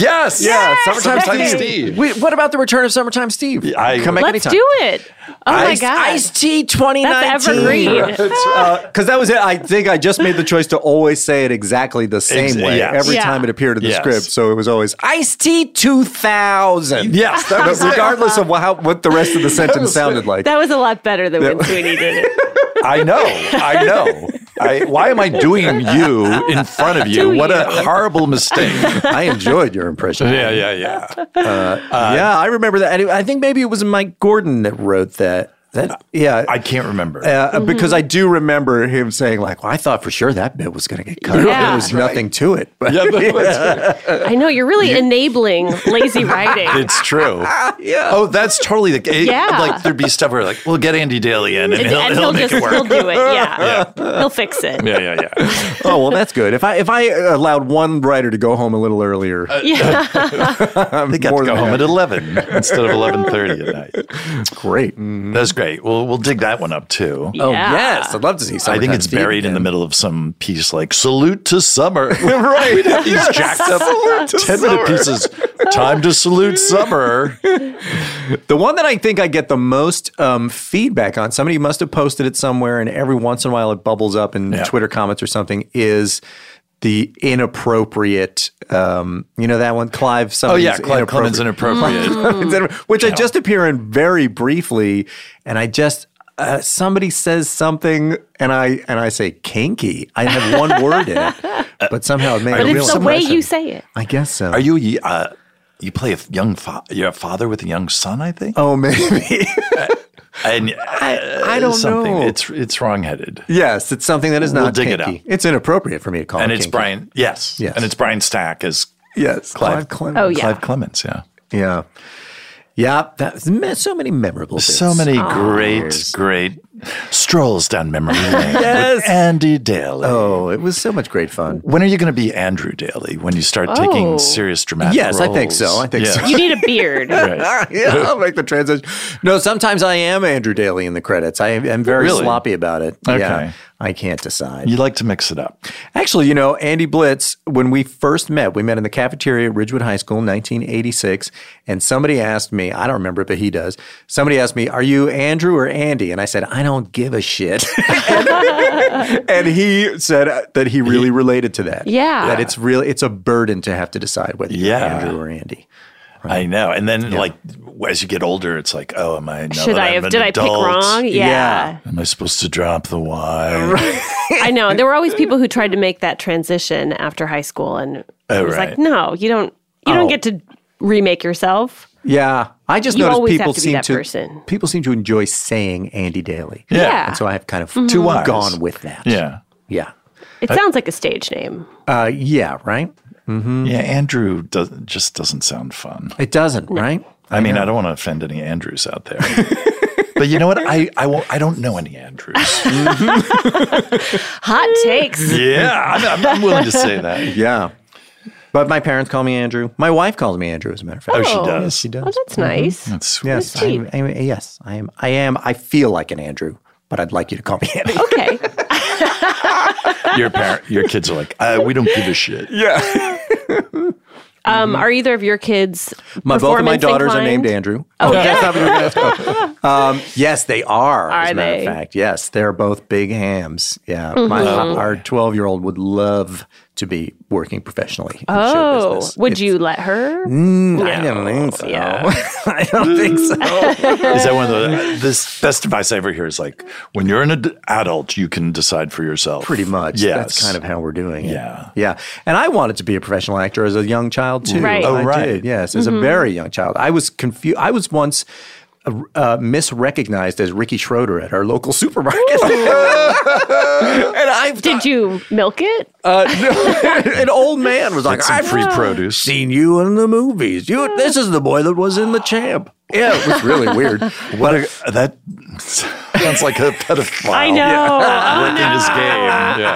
S1: Yes.
S3: Yeah, Summertime,
S1: Summertime
S3: Steve.
S1: Steve.
S3: Wait, what about the return of Summertime Steve?
S1: I-
S3: Come back
S2: Let's
S3: anytime.
S2: do it. Oh my God.
S3: Ice T 2019.
S2: That's evergreen.
S1: uh,
S3: Because that was it. I think I just made the choice to always say it exactly the same
S1: Ex-
S3: way
S1: yes.
S3: every
S2: Yeah.
S3: time it appeared in the
S1: Yes.
S3: script. So it was always Ice T 2000.
S1: Yes, that
S3: But
S1: was it.
S3: regardless of how, what the rest of the sentence sounded like.
S2: That was a lot better than when Sweeney did it.
S1: I know. I know. I, why am I doing you in front of you? What a horrible mistake.
S3: I enjoyed your impression.
S1: Yeah, yeah, yeah.
S3: yeah, I remember that. And it- I think maybe it was Mike Gordon that wrote that. That yeah,
S1: Uh, I can't remember.
S3: uh,
S2: Mm-hmm.
S3: because I do remember him saying like, "Well, I thought for sure that bit was going to get cut.
S2: Yeah.
S3: There was nothing to it." But
S1: Yeah, that was-
S2: I know you're really enabling lazy writing.
S1: It's true. Oh, that's totally the case.
S2: Yeah.
S1: Like there'd be stuff where like, we'll get Andy Daly in and
S2: And
S1: he'll,
S2: he'll,
S1: he'll make
S2: just
S1: it
S2: he'll
S1: work.
S2: do it. Yeah. he'll fix it.
S1: Yeah, yeah, yeah.
S3: oh well, that's good. If I if I uh, allowed one writer to go home a little earlier,
S2: Yeah.
S1: They got
S3: More
S1: to go
S3: than
S1: home
S3: that.
S1: at eleven instead of eleven thirty at night.
S3: great.
S1: That's great. Well, we'll dig that one up too.
S3: Oh
S2: Yeah.
S3: yes, I'd love to see.
S1: I think it's buried in the middle of some piece like "Salute to Summer." right? These jacked up ten-minute pieces. Time to salute summer.
S3: The one that I think I get the most um, feedback on, somebody must have posted it somewhere, and every once in a while it bubbles up in
S1: Yeah.
S3: Twitter comments or something, is the inappropriate, um, you know, that one, Clive.
S1: Oh
S3: somebody's
S1: yeah, Clive Clemens inappropriate.
S3: inappropriate- Which I just appear in very briefly, and I just. Uh, somebody says something, and I and I say kinky. I have one word in it, but somehow it made
S2: But
S3: a real
S2: it's the way
S3: impression.
S2: you say it.
S3: I guess so.
S1: Are you? Uh, you play a f- young fa- you're a father with a young son, I think.
S3: Oh, maybe.
S1: and uh,
S3: I don't know.
S1: It's it's wrongheaded.
S3: yes, it's something that is not
S1: We'll dig it
S3: kinky.
S1: out.
S3: It's inappropriate for me to call.
S1: And
S3: it
S1: it's
S3: kinky.
S1: Brian. Yes.
S3: Yes.
S1: And it's Brian Stack as
S3: Yes,
S1: Clive.
S3: Clemens.
S2: Oh, yeah.
S1: Clive Clemens. Yeah.
S3: yeah, yeah. That's me- so many memorable. Bits.
S1: So many great, great strolls down memory lane with Andy Daly.
S3: Oh, it was so much great fun.
S1: When are you going to be Andrew Daly? When you start
S2: Oh.
S1: taking serious dramatic
S3: Yes, I think so.
S1: roles?
S3: I think so.
S2: You need a beard.
S1: Right.
S3: yeah, I'll make the transition. No, sometimes I am Andrew Daly in the credits. I am very
S1: Really?
S3: sloppy about it.
S1: Okay.
S3: Yeah, I can't decide.
S1: You like to mix it up.
S3: Actually, you know, Andy Blitz, when we first met, we met in the cafeteria at Ridgewood High School in 1986. And somebody asked me, I don't remember it, but he does. Somebody asked me, Are you Andrew or Andy? And I said, I don't give a shit. and, and he said uh, that he really related to that.
S2: Yeah.
S3: That it's really, it's a burden to have to decide whether you're
S1: Yeah.
S3: Andrew or Andy.
S1: I know. And then, like, as you get older, it's like, oh, am I? now
S2: Should
S1: that
S2: I
S1: I'm
S2: have?
S1: an
S2: Did I pick
S1: adult,
S2: wrong? Yeah.
S1: Am I supposed to drop the wine?
S2: I know. There were always people who tried to make that transition after high school, and
S1: Oh,
S2: it was
S1: right. Oh.
S2: like, no, you don't. You don't get to remake yourself.
S3: Yeah. I just
S2: You
S3: noticed
S2: always
S3: people
S2: have to be
S3: seem
S2: that
S3: to
S2: person.
S3: people seem to enjoy saying Andy Daly.
S2: Yeah. Mm-hmm.
S3: And so I have kind of
S1: Two Ys.
S3: gone with that.
S1: Yeah.
S3: Yeah.
S2: It sounds like a stage name.
S3: Uh, yeah, right?
S1: Yeah. Andrew does, just doesn't sound fun.
S3: It doesn't, right?
S1: I mean, I don't want to offend any Andrews out there. But you know what? I I, won't, I don't know any Andrews.
S2: Hot takes.
S1: Mm. yeah, I'm, I'm, I'm willing to say that.
S3: Yeah. But my parents call me Andrew. My wife calls me Andrew, as a matter of fact.
S1: Oh, she
S2: Oh.
S1: does.
S3: she does.
S2: Oh, that's nice.
S1: Mm-hmm. That's sweet.
S3: Yes,
S2: That's sweet.
S3: I'm, I'm- yes, I am. I am. I feel like an Andrew, but I'd like you to call me Andy.
S2: Okay.
S1: Your parent, your kids are like, uh, we don't give a shit.
S2: Um, are either of your kids?
S3: My both of my
S2: performance
S3: daughters are
S2: inclined?
S3: named Andrew. Oh, that's not what you were gonna ask. Um, yes, they are. as
S2: Are
S3: a matter
S2: they? Mm-hmm.
S3: of fact, yes, they're both big hams. Yeah, my, our twelve-year-old would love to be working professionally. in show
S2: Oh,
S3: business.
S2: would
S3: It's-
S2: you let her?
S3: I don't think so.
S2: Yeah.
S3: I don't think so.
S1: Is that one of the uh, this best advice I ever hear is like, when you're an ad- adult, you can decide for yourself.
S3: Pretty much.
S1: Yes.
S3: That's kind of how we're doing it.
S1: Yeah.
S3: Yeah. And I wanted to be a professional actor as a young child too.
S2: Right. Oh,
S3: I
S1: right.
S3: did, Yes, as a very young child. I was confused. I was once uh, uh, misrecognized as Ricky Schroeder at our local supermarket. and I've
S2: Did you milk it?
S3: uh, no, an old man was like,
S1: Get some
S3: I've
S1: free produce.
S3: seen you in the movies. You, this is the boy that was in the champ. Yeah, it was really weird.
S1: What a, that sounds like a pedophile.
S2: I know.
S3: Oh,
S1: Working his game.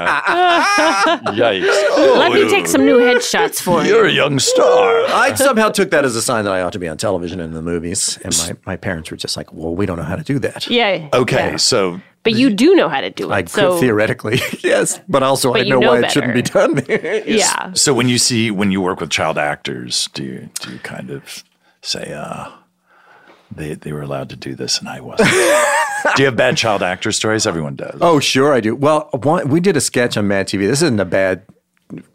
S1: Yeah. Yikes. Oh.
S2: Let me take some new headshots for you.
S1: You're a young star.
S3: I somehow took that as a sign that I ought to be on television and in the movies. And my, my parents were just like, well, we don't know how to do that.
S2: Yeah.
S1: Okay, so
S2: But you do know how to do it.
S3: I
S2: so
S3: could theoretically, yes, but also I
S2: But you
S3: know,
S2: know
S3: why it shouldn't be done.
S2: yeah.
S1: so when you see when you work with child actors, do you do you kind of say, uh, they they were allowed to do this and I wasn't? do you have bad child actor stories? Everyone does.
S3: oh, sure, I do. Well, one, we did a sketch on Mad TV. This isn't a bad,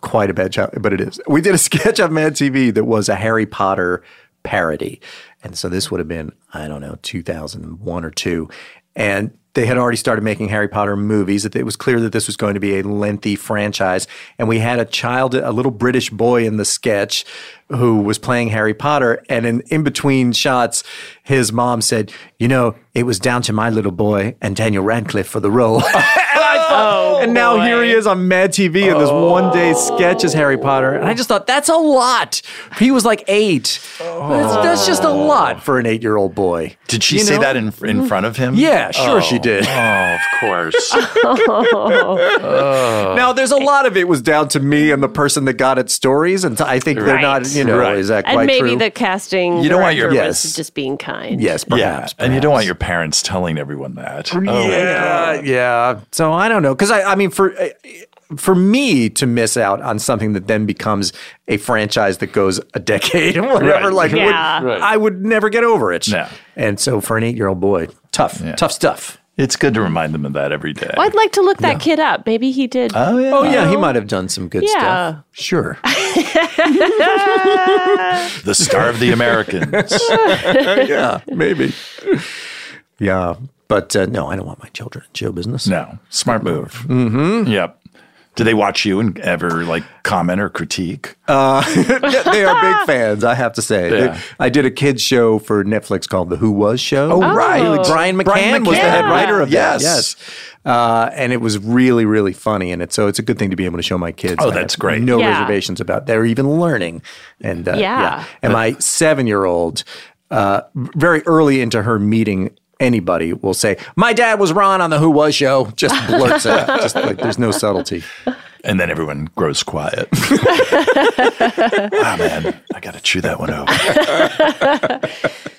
S3: quite a bad job, but it is. We did a sketch on Mad TV that was a Harry Potter parody, and so this would have been I don't know two thousand one or two, and. They had already started making Harry Potter movies. It was clear that this was going to be a lengthy franchise. And we had a child, a little British boy in the sketch who was playing Harry Potter. And in, in between shots, his mom said, You know, it was down to my little boy and Daniel Radcliffe for the role. and, I thought-
S1: Oh,
S3: and now here he is on Mad TV in this one day sketch as Harry Potter. And I just thought, That's a lot. He was like eight. That's, that's just
S1: Oh.
S3: a lot for an eight year old boy.
S1: Did she
S3: You
S1: say
S3: know?
S1: that in in front of him?
S3: Yeah, sure she
S1: Oh.
S3: did.
S1: Oh, of course. Oh.
S3: Now, there's a lot of it was down to me and the person that got it stories, and I think they're
S2: Right.
S3: not, you know,
S1: Right.
S3: is that quite
S2: And maybe
S3: true?
S2: the casting
S1: You don't want your-
S2: director
S3: Yes.
S2: was just being kind. Oh,
S3: yes, perhaps.
S1: yeah, and you don't
S3: perhaps.
S1: want your parents telling everyone that.
S3: yeah, yeah. So I don't know, because I, I mean, for uh, for me to miss out on something that then becomes a franchise that goes a decade and whatever,
S1: Right.
S3: like, would-
S2: Yeah. Right.
S3: I would never get over it.
S1: Yeah.
S3: And so for an eight year old boy, tough,
S1: Yeah.
S3: tough stuff.
S1: It's good to remind them of that every day.
S2: Well, I'd like to look that kid up. Maybe he did.
S1: Oh yeah.
S3: Oh yeah, he might have done some good
S2: Yeah.
S3: stuff. Sure.
S1: The star of the Americans.
S3: yeah, maybe. Yeah, but uh, no, I don't want my children in show business.
S1: no, smart move. Mm-hmm. Yep. Do they watch you and ever like comment or critique?
S4: Uh,
S3: they are big fans, I have to say. They-
S1: Yeah.
S3: I did a kids show for Netflix called The Who Was Show. Oh,
S1: right.
S3: Brian McCann,
S1: Brian
S3: was the head
S1: McCann.
S3: writer of that.
S1: Yes.
S3: Yes. Uh, and it was really, really funny. And it, so it's a good thing to be able to show my kids.
S1: Oh,
S3: I
S1: that's
S3: have
S1: great.
S3: No
S2: Yeah.
S3: reservations about they're even learning. And uh,
S2: Yeah.
S3: And my seven year old, uh, very early into her meeting, anybody will say, My dad was Ron on The Who Was Show. Just blurts it out. Just like there's no subtlety.
S1: And then everyone grows quiet. Ah man, I gotta chew that one over.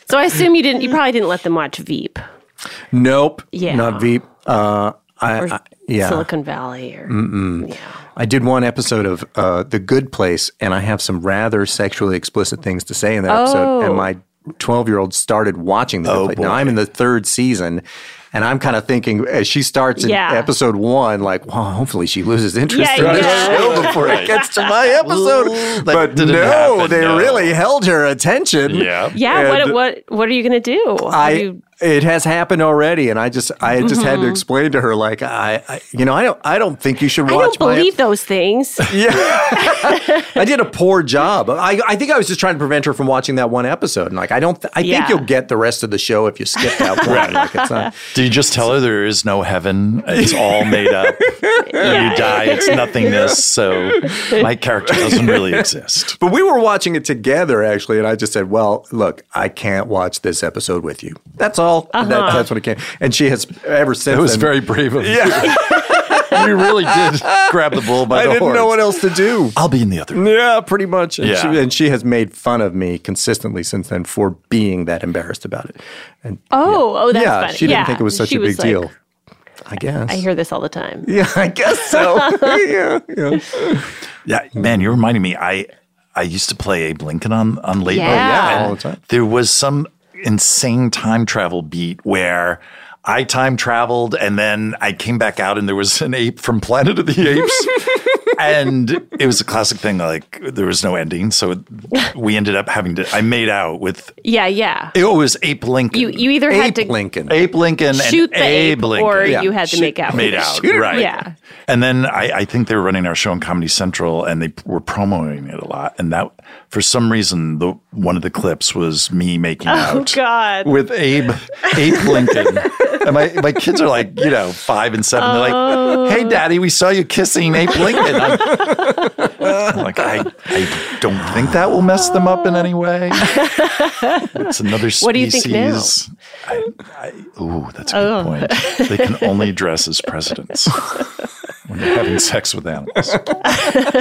S2: So I assume you didn't. You probably didn't let them watch Veep
S3: Nope.
S2: Yeah.
S3: Not Veep. Uh, I,
S2: or
S3: I- yeah. Mm.
S2: Silicon Valley or yeah.
S3: I did one episode of uh, The Good Place, and I have some rather sexually explicit things to say in that
S2: Oh.
S3: episode. And my 12 year old started watching
S1: Oh,
S3: The Good Place. Now I'm in the third season, and I'm kind of thinking as she starts in
S2: Yeah.
S3: episode one, like, well, hopefully she loses interest
S2: Yeah,
S3: in this
S2: yeah.
S3: show before it gets to my episode.
S1: that
S3: but
S1: didn't
S3: no,
S1: happen,
S3: they
S1: no.
S3: really held her attention.
S1: Yeah.
S2: Yeah.
S3: And-
S2: What what what are you gonna do? How
S3: I
S2: do you- Mm-hmm.
S3: it has happened already, and I just I just had to explain to her like I, I you know I don't I don't think you should
S2: I
S3: watch
S2: don't
S3: my
S2: believe those things.
S3: I did a poor job. I, I think I was just trying to prevent her from watching that one episode. And like, I don't, th- I
S2: Yeah.
S3: think you'll get the rest of the show if you skip that one. Like, it's not,
S1: Do you just tell her there is no heaven? It's all made up.
S2: Yeah.
S1: You die, it's nothingness. So my character doesn't really exist.
S3: but we were watching it together actually. And I just said, well, look, I can't watch this episode with you. That's all. call. And
S2: Uh-huh.
S3: that- that's when it came. And she has ever since.
S4: That was
S3: then-
S4: very brave of you. Yeah. you really did grab the bull by
S3: I
S4: the
S3: didn't
S4: horns.
S3: know what else to do.
S4: I'll be in the other room.
S3: Yeah, pretty much. And,
S1: Yeah.
S3: she, and she has made fun of me consistently since then for being that embarrassed about it. And
S2: Oh, oh, that's
S3: yeah,
S2: funny.
S3: she didn't
S2: Yeah,
S3: think it was such
S2: she
S3: a big
S2: like,
S3: deal. I guess.
S2: I hear this all the time.
S3: yeah, I guess so. yeah, yeah.
S1: Yeah, man, you're reminding me. I I used to play Abe Lincoln on on late
S2: Yeah.
S1: night.
S2: Oh, yeah,
S1: and
S3: all the time.
S1: There was some insane time travel beat where. I time traveled and then I came back out and there was an ape from Planet of the Apes. and it was a classic thing like there was no ending. So we ended up having to I made out with
S2: Yeah, yeah.
S1: it was Ape Lincoln.
S2: You you either had
S3: Abe
S2: to
S3: Lincoln.
S1: Ape Lincoln
S2: shoot
S1: and
S2: the ape,
S1: Lincoln.
S2: or
S3: Yeah.
S2: you had to
S3: Shoot-
S2: make out.
S1: made out,
S3: Shooter.
S1: right?
S2: Yeah.
S1: And then I, I think they were running our show on Comedy Central, and they were promoting it a lot. And that, for some reason, the one of the clips was me making
S2: Oh
S1: out
S2: God.
S1: with Abe Abe Lincoln. and my my kids are like, you know, five and seven. They're
S2: Oh.
S1: like, "Hey, Daddy, we saw you kissing Abe Lincoln." I'm, I'm like, I, I don't think that will mess them up in any way. It's another species.
S2: What do you think now? Oh.
S1: I, I, ooh, that's a good point. They can only dress as presidents when they're having sex with animals.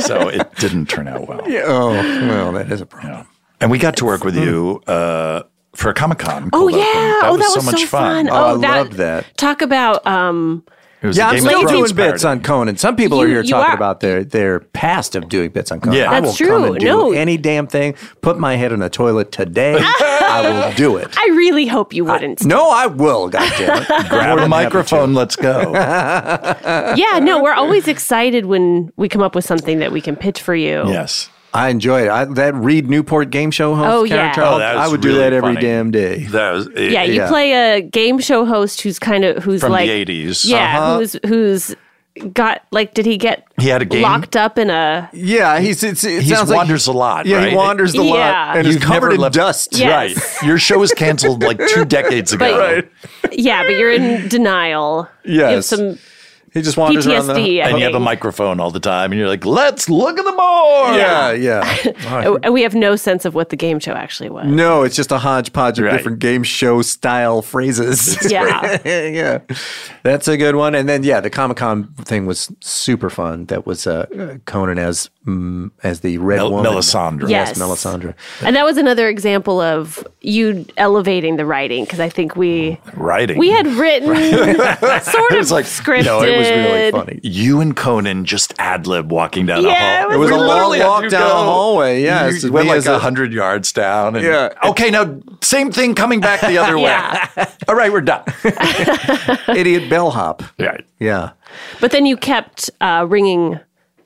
S1: So it didn't turn out well.
S3: Oh, well, that is a problem.
S1: Yeah. And we got to work with you
S3: mm.
S1: uh, for a Comic Con.
S2: Oh yeah! oh, that was so, fun.
S3: Oh, I
S2: that,
S3: loved that.
S2: Talk about um,
S1: It was a
S3: Yeah, I'm
S1: Game of
S3: still
S1: Thrones
S3: doing bits
S1: parody.
S3: on Conan. Some people are
S2: You-
S3: here
S2: you
S3: talking
S2: are.
S3: about their their past of doing bits on Conan.
S1: Yeah.
S3: I will
S2: That's
S3: come
S2: true.
S3: and do
S2: No.
S3: any damn thing. Put my head in a toilet today. I will do it.
S2: I really hope you wouldn't.
S3: No, I will. God damn it.
S1: Grab a microphone. Let's go.
S2: yeah, no, we're always excited when we come up with something that we can pitch for you.
S1: yes.
S3: I enjoyed it. I, that Reed Newport game show host
S2: Oh, yeah.
S3: character.
S2: Oh,
S1: that
S3: I
S1: was
S3: would do
S1: really
S3: that every
S1: funny.
S3: damn day.
S1: That was it,
S2: Yeah, you
S3: Yeah.
S2: play a game show host who's kind of who's
S1: from
S2: like
S1: the 80s.
S2: yeah, who's who's got like did he get
S1: He had a game?
S2: locked up in a
S3: Yeah, he's it's, it
S1: He
S3: sounds
S1: wanders
S3: like,
S1: a lot,
S3: Yeah,
S1: right?
S3: he wanders a
S2: Yeah.
S3: lot and he's
S1: You've never
S3: covered in
S1: left-
S3: dust.
S2: Yes.
S1: Right. Your show was canceled like two decades ago.
S2: But- Right. yeah, but you're in denial. You have
S3: Yes.
S2: some
S3: He just wanders around the
S2: PTSD. I
S1: And you have a
S2: think.
S1: microphone all the time, and you're like, let's look at the board.
S3: Yeah, yeah.
S2: And we have no sense of what the game show actually was.
S3: No, it's just a hodgepodge of
S1: Right.
S3: different game show style phrases.
S2: Yeah.
S3: yeah. That's a good one. And then yeah, the Comic Con thing was super fun. That was uh, Conan as mm, as the red
S1: Mel-
S3: woman.
S1: Melisandre.
S2: Yes.
S3: Melisandre.
S2: And that was another example of you elevating the writing because I think we
S1: Writing.
S2: we had written sort of
S1: like-
S2: scripted.
S3: No, it was really funny.
S1: you and Conan just ad lib walking down a
S2: Yeah,
S1: hall.
S2: it was It was a long
S1: literally
S3: walk
S1: as you
S3: down a hallway, yeah,
S1: You
S3: it's me
S1: went like
S3: as a-
S1: a hundred yards down. And,
S3: Yeah.
S1: Okay, now same thing coming back the other way.
S2: Yeah,
S1: All right, we're done.
S3: Idiot bellhop.
S1: yeah.
S3: Yeah.
S2: but then you kept uh, ringing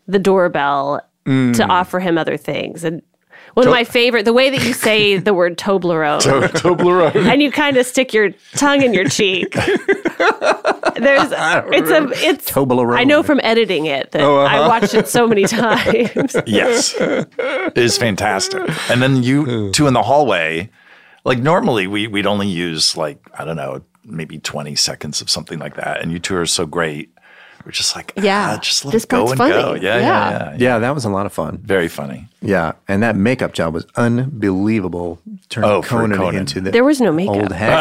S2: the doorbell
S3: Mm.
S2: to offer him other things, and one of my favorite the way that you say the word Toblerone. and you kind of stick your tongue in your cheek. There's, it's a, it's.
S3: Toblerone. Oh, uh-huh.
S2: I know from editing it that I watched it so many times.
S1: Yes. it is fantastic. And then you two in the hallway, like normally we, we'd only use like, I don't know, maybe 20 seconds of something like that. And you two are so great. We're just like, yeah,
S2: Yeah.
S1: just let
S2: This
S1: it go and
S2: part's
S1: go.
S2: funny.
S1: Yeah, yeah,
S2: Yeah.
S1: yeah,
S3: Yeah, that was a lot of fun.
S1: Very funny.
S3: Yeah, and that makeup job was unbelievable. Turning
S1: Oh, for
S3: Conan,
S1: Conan.
S3: into the
S2: There was no makeup.
S3: old hag.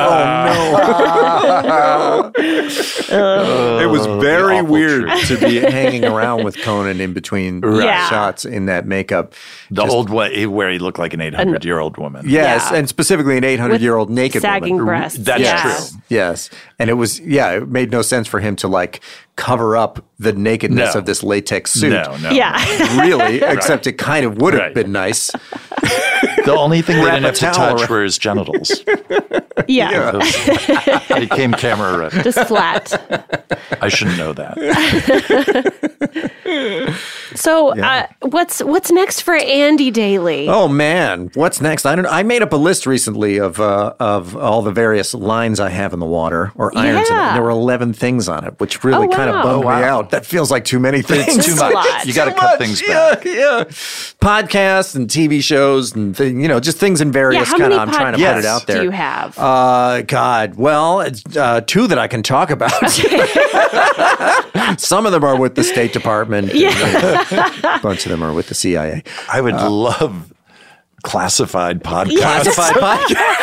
S3: oh no! it was very
S1: Uh, awful
S3: weird
S1: truth.
S3: to be hanging around with Conan in between
S2: Yeah.
S3: shots in that makeup.
S1: The old way where he looked like an 800 year old woman.
S3: Yes,
S2: Yeah.
S3: and specifically an 800 year old naked
S2: sagging
S3: woman.
S2: breasts.
S1: That's
S2: yeah.
S1: true.
S3: Yes, and it was yeah. It made no sense for him to like cover up the nakedness
S1: No.
S3: of this latex suit.
S1: No, no.
S2: Yeah.
S3: Really, except it kind of would have
S1: Right.
S3: been nice.
S1: The only thing they didn't have to
S3: towel
S1: touch
S3: around.
S1: were his genitals.
S2: yeah.
S1: Became camera ready.
S2: Just flat.
S1: I shouldn't know that.
S2: So, uh, what's what's next for Andy Daly?
S3: Oh man, what's next? I don't. I made up a list recently of uh, of all the various lines I have in the water or irons. In it.
S2: Yeah.
S3: There were eleven things on it, which really
S2: Oh,
S3: kind of
S2: wow.
S3: bummed
S2: Oh,
S3: me out. That feels like too many things.
S1: It's too
S2: That's a
S1: much.
S2: lot.
S1: You got to
S3: Too
S1: cut
S3: much.
S1: things
S3: yeah,
S1: back.
S3: Yeah, podcasts and TV shows and thing, you know, just things in
S2: yeah.
S3: various
S2: How
S3: kind
S2: many
S3: of. I'm trying to put
S2: podcasts
S3: it out there.
S2: do you have?
S3: Uh, God. Well, it's, uh, two that I can talk about. Some of them are with the
S1: Uh,
S3: State Department. and A bunch of them are with the CIA.
S1: I would love classified podcast.
S3: Classified podcast.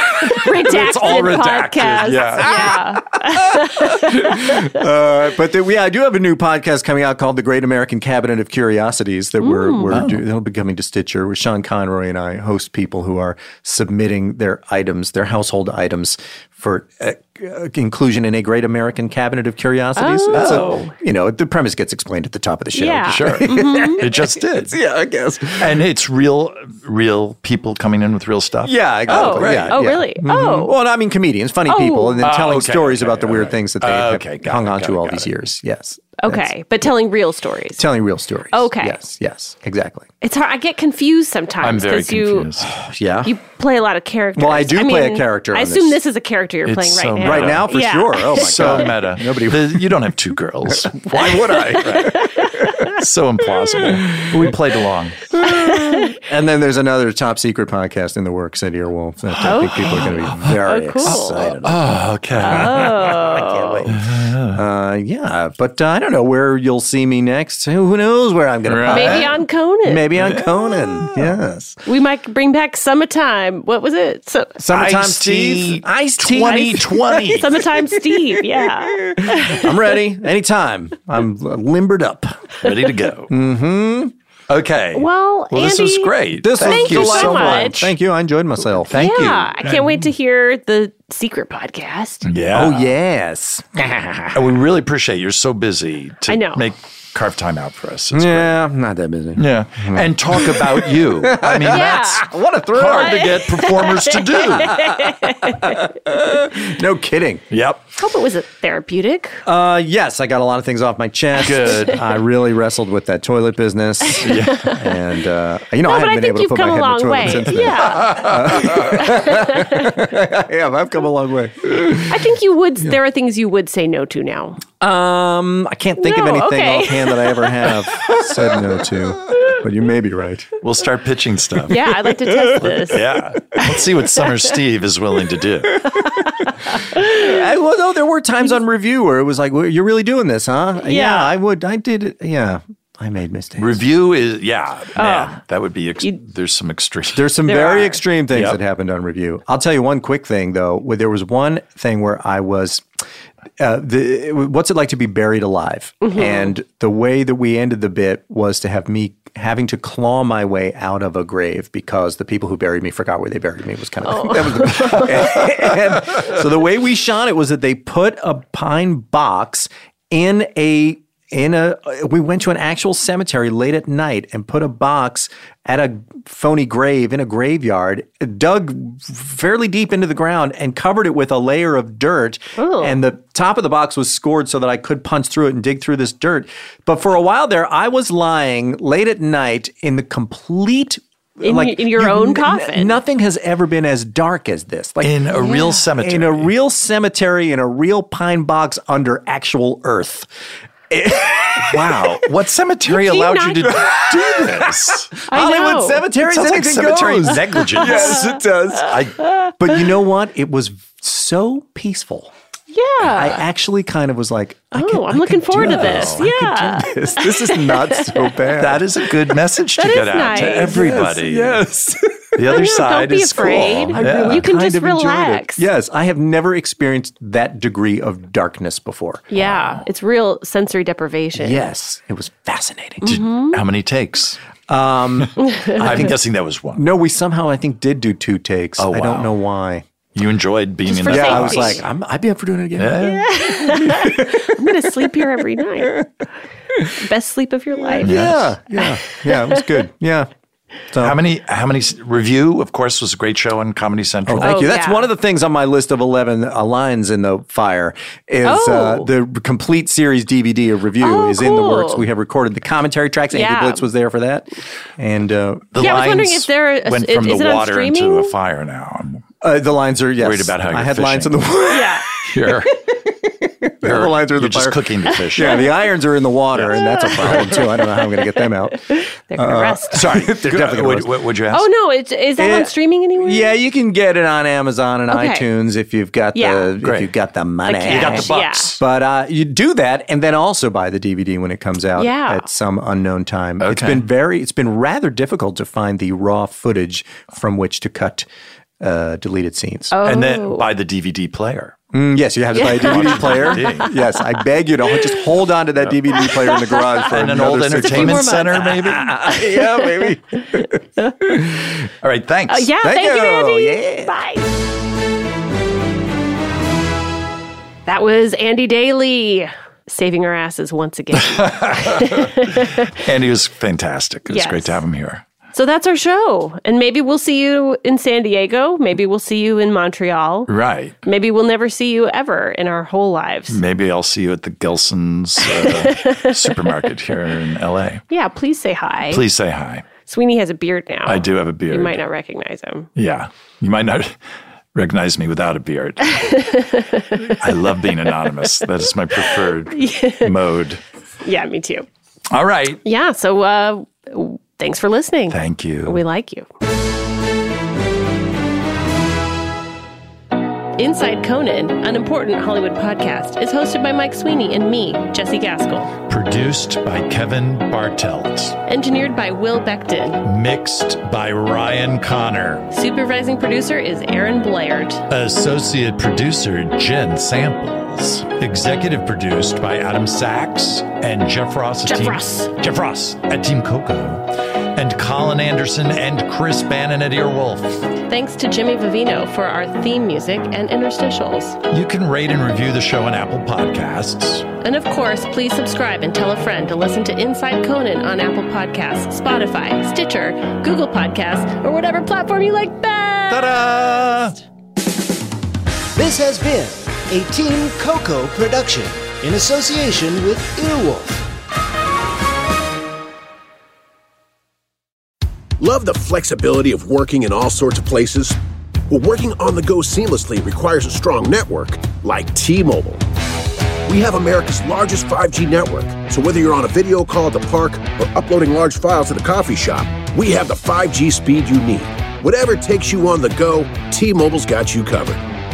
S2: redacted
S1: It's all redacted.
S2: podcast.
S1: Yeah.
S2: yeah.
S3: Uh, but the, yeah, I do have a new podcast coming out called The Great American Cabinet of Curiosities that we're,
S1: Mm.
S3: we're
S1: Oh.
S3: do, that'll be coming to Stitcher. Where Sean Conroy and I host people who are submitting their items, their household items, for uh, uh, inclusion in a Great American Cabinet of Curiosities. Oh. you know, the premise gets explained at the top of the show.
S2: Yeah.
S1: Sure. It just did.
S3: Yeah, I guess.
S1: And it's real, real people coming in with real stuff.
S3: Yeah, exactly.
S2: Oh, oh,
S3: yeah, yeah. Mm-hmm.
S2: really? Oh.
S3: Well, and I mean comedians, funny
S2: Oh.
S3: people, and then
S1: Ah,
S3: telling
S1: okay,
S3: stories
S1: okay,
S3: about the
S1: all
S3: weird
S1: right.
S3: things that they
S1: Ah,
S3: have
S1: okay, got
S3: hung
S1: it,
S3: on
S1: got
S3: to
S1: it,
S3: all
S1: got
S3: these
S1: it.
S3: years. Yes.
S2: Okay, but telling real stories.
S3: Telling real stories.
S2: Okay.
S3: Yes, yes, exactly.
S2: it's hard. I get confused sometimes.
S1: I'm very
S2: 'cause you,
S1: confused.
S3: Yeah.
S2: You play a lot of characters.
S3: Well, I do play a character
S2: I
S3: on
S2: assume
S3: this.
S2: this. is a character you're
S1: It's
S2: playing right
S1: so
S2: now.
S1: meta.
S3: right now, for
S2: Yeah.
S3: sure. Oh, my
S1: so
S3: God.
S1: meta.
S3: Nobody-
S1: The- you don't have two girls. Why would I? So implausible. But we played along.
S3: And then there's another top secret podcast in the works at Earwolf that I think people are going to be very
S2: Oh, cool. Oh.
S3: excited about.
S1: Oh, okay.
S3: Uh, yeah, but uh, I don't know where you'll see me next. Who who knows where I'm going to
S1: Right.
S2: Maybe on Conan.
S3: Maybe on Conan. Yes.
S2: We might bring back summertime. What was it? So,
S3: Summertime
S1: Ice tea.
S3: Steve. Ice tea.
S1: 2020.
S2: summertime Steve. Yeah.
S3: I'm ready. Anytime. I'm uh, limbered up.
S1: Ready to go. Mm-hmm. Okay.
S2: Well,
S1: well this was
S2: Andy,
S1: great.
S3: This
S2: Thank
S3: was
S2: you so
S3: delightful.
S2: much.
S3: Thank you. I enjoyed myself. Thank
S2: yeah. I can't wait to hear the secret podcast.
S1: Yeah.
S3: Oh, yes.
S1: And we really appreciate it. you're so busy to
S2: I know.
S1: make carve time out for us. It's
S3: Yeah, I'm not that busy.
S1: Yeah. And talk about you. I mean, that's
S3: What a thrill.
S1: hard to get performers to do.
S3: No kidding.
S1: Yep.
S2: Hope it was a therapeutic.
S3: Uh, yes, I got a lot of things off my chest.
S1: Good.
S3: I really wrestled with that toilet business. And, uh, you know, I
S2: no, but
S3: haven't
S2: I
S3: been
S2: think
S3: able to
S2: you've
S3: put my
S2: come
S3: head
S2: a
S3: in the
S2: long
S3: toilet
S2: way.
S3: since then.
S2: Yeah.
S3: I have. I've come a long way.
S2: I think you would. There are things you would say no to now.
S3: Um, I can't think of
S2: No,
S3: anything
S2: okay.
S3: offhand that I ever have said no to, but you may be right.
S1: We'll start pitching stuff.
S2: Yeah, I'd like to test this.
S1: Yeah. Let's see what Summer Steve is willing to do.
S3: I, well, no, there were times on review where it was like, well, "You're really doing this, huh?" Yeah,
S2: Yeah.
S3: I would. I did. it. Yeah, I made mistakes.
S1: Review is, yeah,
S2: Oh.
S1: man, that would be, ex- there's some extreme.
S3: There's some
S2: There
S3: very
S2: are.
S3: extreme things
S1: Yep.
S3: that happened on review. I'll tell you one quick thing though. Where there was one thing where I was, uh, the, what's it like to be buried alive?
S2: Mm-hmm.
S3: And the way that we ended the bit was to have me having to claw my way out of a grave because the people who buried me forgot where they buried me. Was kind of
S2: Oh.
S3: that was the, and so the way we shot it was that they put a pine box in a in a we went to an actual cemetery late at night and put a box at a phony grave in a graveyard dug fairly deep into the ground and covered it with a layer of dirt and the top of the box was scored so that I could punch through it and dig through this dirt but for a while there I was lying late at night in the complete
S2: In y- in your
S3: you-
S2: own
S3: n-
S2: coffin.
S3: nothing has ever been as dark as this like
S1: in a real cemetery.
S3: in a real cemetery in a real pine box under actual earth
S1: wow. What cemetery
S2: You do
S1: allowed
S2: not-
S1: you to do this?
S2: I
S3: Hollywood
S2: know.
S3: cemeteries,
S1: Sounds like
S3: anything
S1: cemetery
S3: goes.
S1: negligence.
S3: yes, it does.
S1: I,
S3: But you know what? It was so peaceful. I
S2: Yeah.
S3: actually kind of was like, I
S2: Uh. oh,
S3: can-
S2: I'm
S3: I
S2: looking
S3: can
S2: forward
S3: do
S2: to this.
S3: I can
S2: yeah.
S3: do this. This is not so bad.
S1: that is a good message to
S2: That
S1: get
S2: is
S1: out to
S2: nice.
S1: everybody.
S3: Yes.
S1: The other side
S2: don't be
S1: is cool.
S2: afraid.
S1: Yeah.
S2: You can
S3: kind
S2: just
S3: of enjoyed it.
S2: relax.
S3: Yes, I have never experienced that degree of darkness before.
S2: Yeah, it's real sensory deprivation.
S3: Yes, it was fascinating.
S2: Mm. Mm-hmm.
S1: Did- How many takes? Um, I'm guessing that was one.
S3: No, we somehow I think did do two takes.
S1: Oh,
S3: I don't know why.
S1: You enjoyed being in
S2: for
S1: that
S2: safety.
S3: I
S1: box.
S3: was like, I'm, I'd be up for doing it again.
S1: Yeah.
S2: I'm gonna sleep here every night. Best sleep of your life.
S3: Yeah, yeah, yeah. It was good. Yeah. So
S1: How many? How many? s- Review, of course, was a great show on Comedy Central.
S3: Thank
S2: Oh,
S3: you. That's
S2: yeah.
S3: one of the things on my list of 11 uh, lines in the fire is uh,
S2: Oh.
S3: the complete series DVD of review
S2: Oh,
S3: is in the
S2: cool.
S3: works. We have recorded the commentary tracks. Andy
S2: Yeah.
S3: Blitz was there for that. And uh,
S1: the
S2: Yeah, I was wondering
S1: lines
S2: if there- is-
S1: went from
S2: is
S1: the
S2: it on
S1: water into
S2: streaming?
S1: a fire now. I'm
S3: uh, the lines are, yes.
S1: Worried about how
S3: I
S1: you're
S3: had lines in
S1: fishing.
S3: the
S2: Yeah.
S1: here.
S3: The airlines are in
S1: You're
S3: the
S1: just
S3: fire.
S1: cooking the fish.
S3: Yeah, the irons are in the water, and that's a problem too. I don't know how I'm going to get them out.
S2: They're gonna rest.
S3: Sorry, they're definitely going
S1: Would,
S3: to.
S1: would, would you ask?
S2: Oh no, it's, is that
S3: Uh, Yeah.
S2: on streaming anywhere?
S3: Yeah, you can get it on Amazon and
S2: Okay.
S3: iTunes if you've got
S2: Yeah.
S3: the if
S1: Great.
S3: you've got the money.
S2: cash, You got the
S1: bucks.
S3: But uh, you do that, and then also buy the DVD when it comes out
S2: Yeah.
S3: at some unknown time. It's
S1: Okay.
S3: been very, it's been rather difficult to find the raw footage from which to cut uh, deleted scenes.
S2: Oh,
S1: And then buy the DVD player.
S3: Mm, yes, you have to buy a DVD player.
S1: DVD.
S3: yes, I beg you to just hold on to that DVD player in the garage for
S1: And an
S3: another
S1: old
S3: six
S1: entertainment
S3: months.
S1: center, maybe?
S3: yeah, maybe.
S1: All right, thanks.
S2: Uh, yeah,
S3: Thank
S2: thank, you, Andy.
S3: you. Yeah.
S2: Bye. That was Andy Daly saving our asses once again.
S1: And he was fantastic. It was
S2: Yes.
S1: great to have him here.
S2: so that's our show. And maybe we'll see you in San Diego. Maybe we'll see you in Montreal.
S1: Right.
S2: Maybe we'll never see you ever in our whole lives.
S1: Maybe I'll see you at the Gelson's uh, supermarket here in LA.
S2: Yeah, please say hi.
S1: Please say hi.
S2: Sweeney has a beard now.
S1: I do have a
S2: You
S1: beard.
S2: might not recognize him.
S1: Yeah. You might not recognize me without a beard. I love being anonymous. That is my preferred mode.
S2: Yeah, me too.
S1: All right.
S2: Yeah, so uh, thanks for listening.
S1: Thank you.
S2: We like you. Inside Conan, an important Hollywood podcast, is hosted by Mike Sweeney and me, Jesse Gaskell.
S1: Produced by Kevin Bartelt.
S2: Engineered by Will Beckton.
S1: Mixed by Ryan Connor.
S2: Supervising producer is Aaron Blaird.
S1: Associate producer Jen Samples. Executive produced by Adam Sachs and Jeff Ross. at
S2: Jeff
S1: Team-
S2: Ross.
S1: Jeff Ross at Team Coco. And Colin Anderson and Chris Bannon at Earwolf.
S2: Thanks to Jimmy Vivino for our theme music and interstitials.
S1: You can rate and review the show on Apple Podcasts.
S2: And of course, please subscribe and tell a friend to listen to Inside Conan on Apple Podcasts, Spotify, Stitcher, Google Podcasts, or whatever platform you like best.
S1: Ta-da!
S5: This has been a Team Coco production in association with Earwolf.
S6: Love the flexibility of working in all sorts of places? Well, working on the go seamlessly requires a strong network like T Mobile. We have America's largest 5G network, so whether you're on a video call at the park or uploading large files at a coffee shop, we have the 5G speed you need. Whatever takes you on the go, T Mobile's got you covered.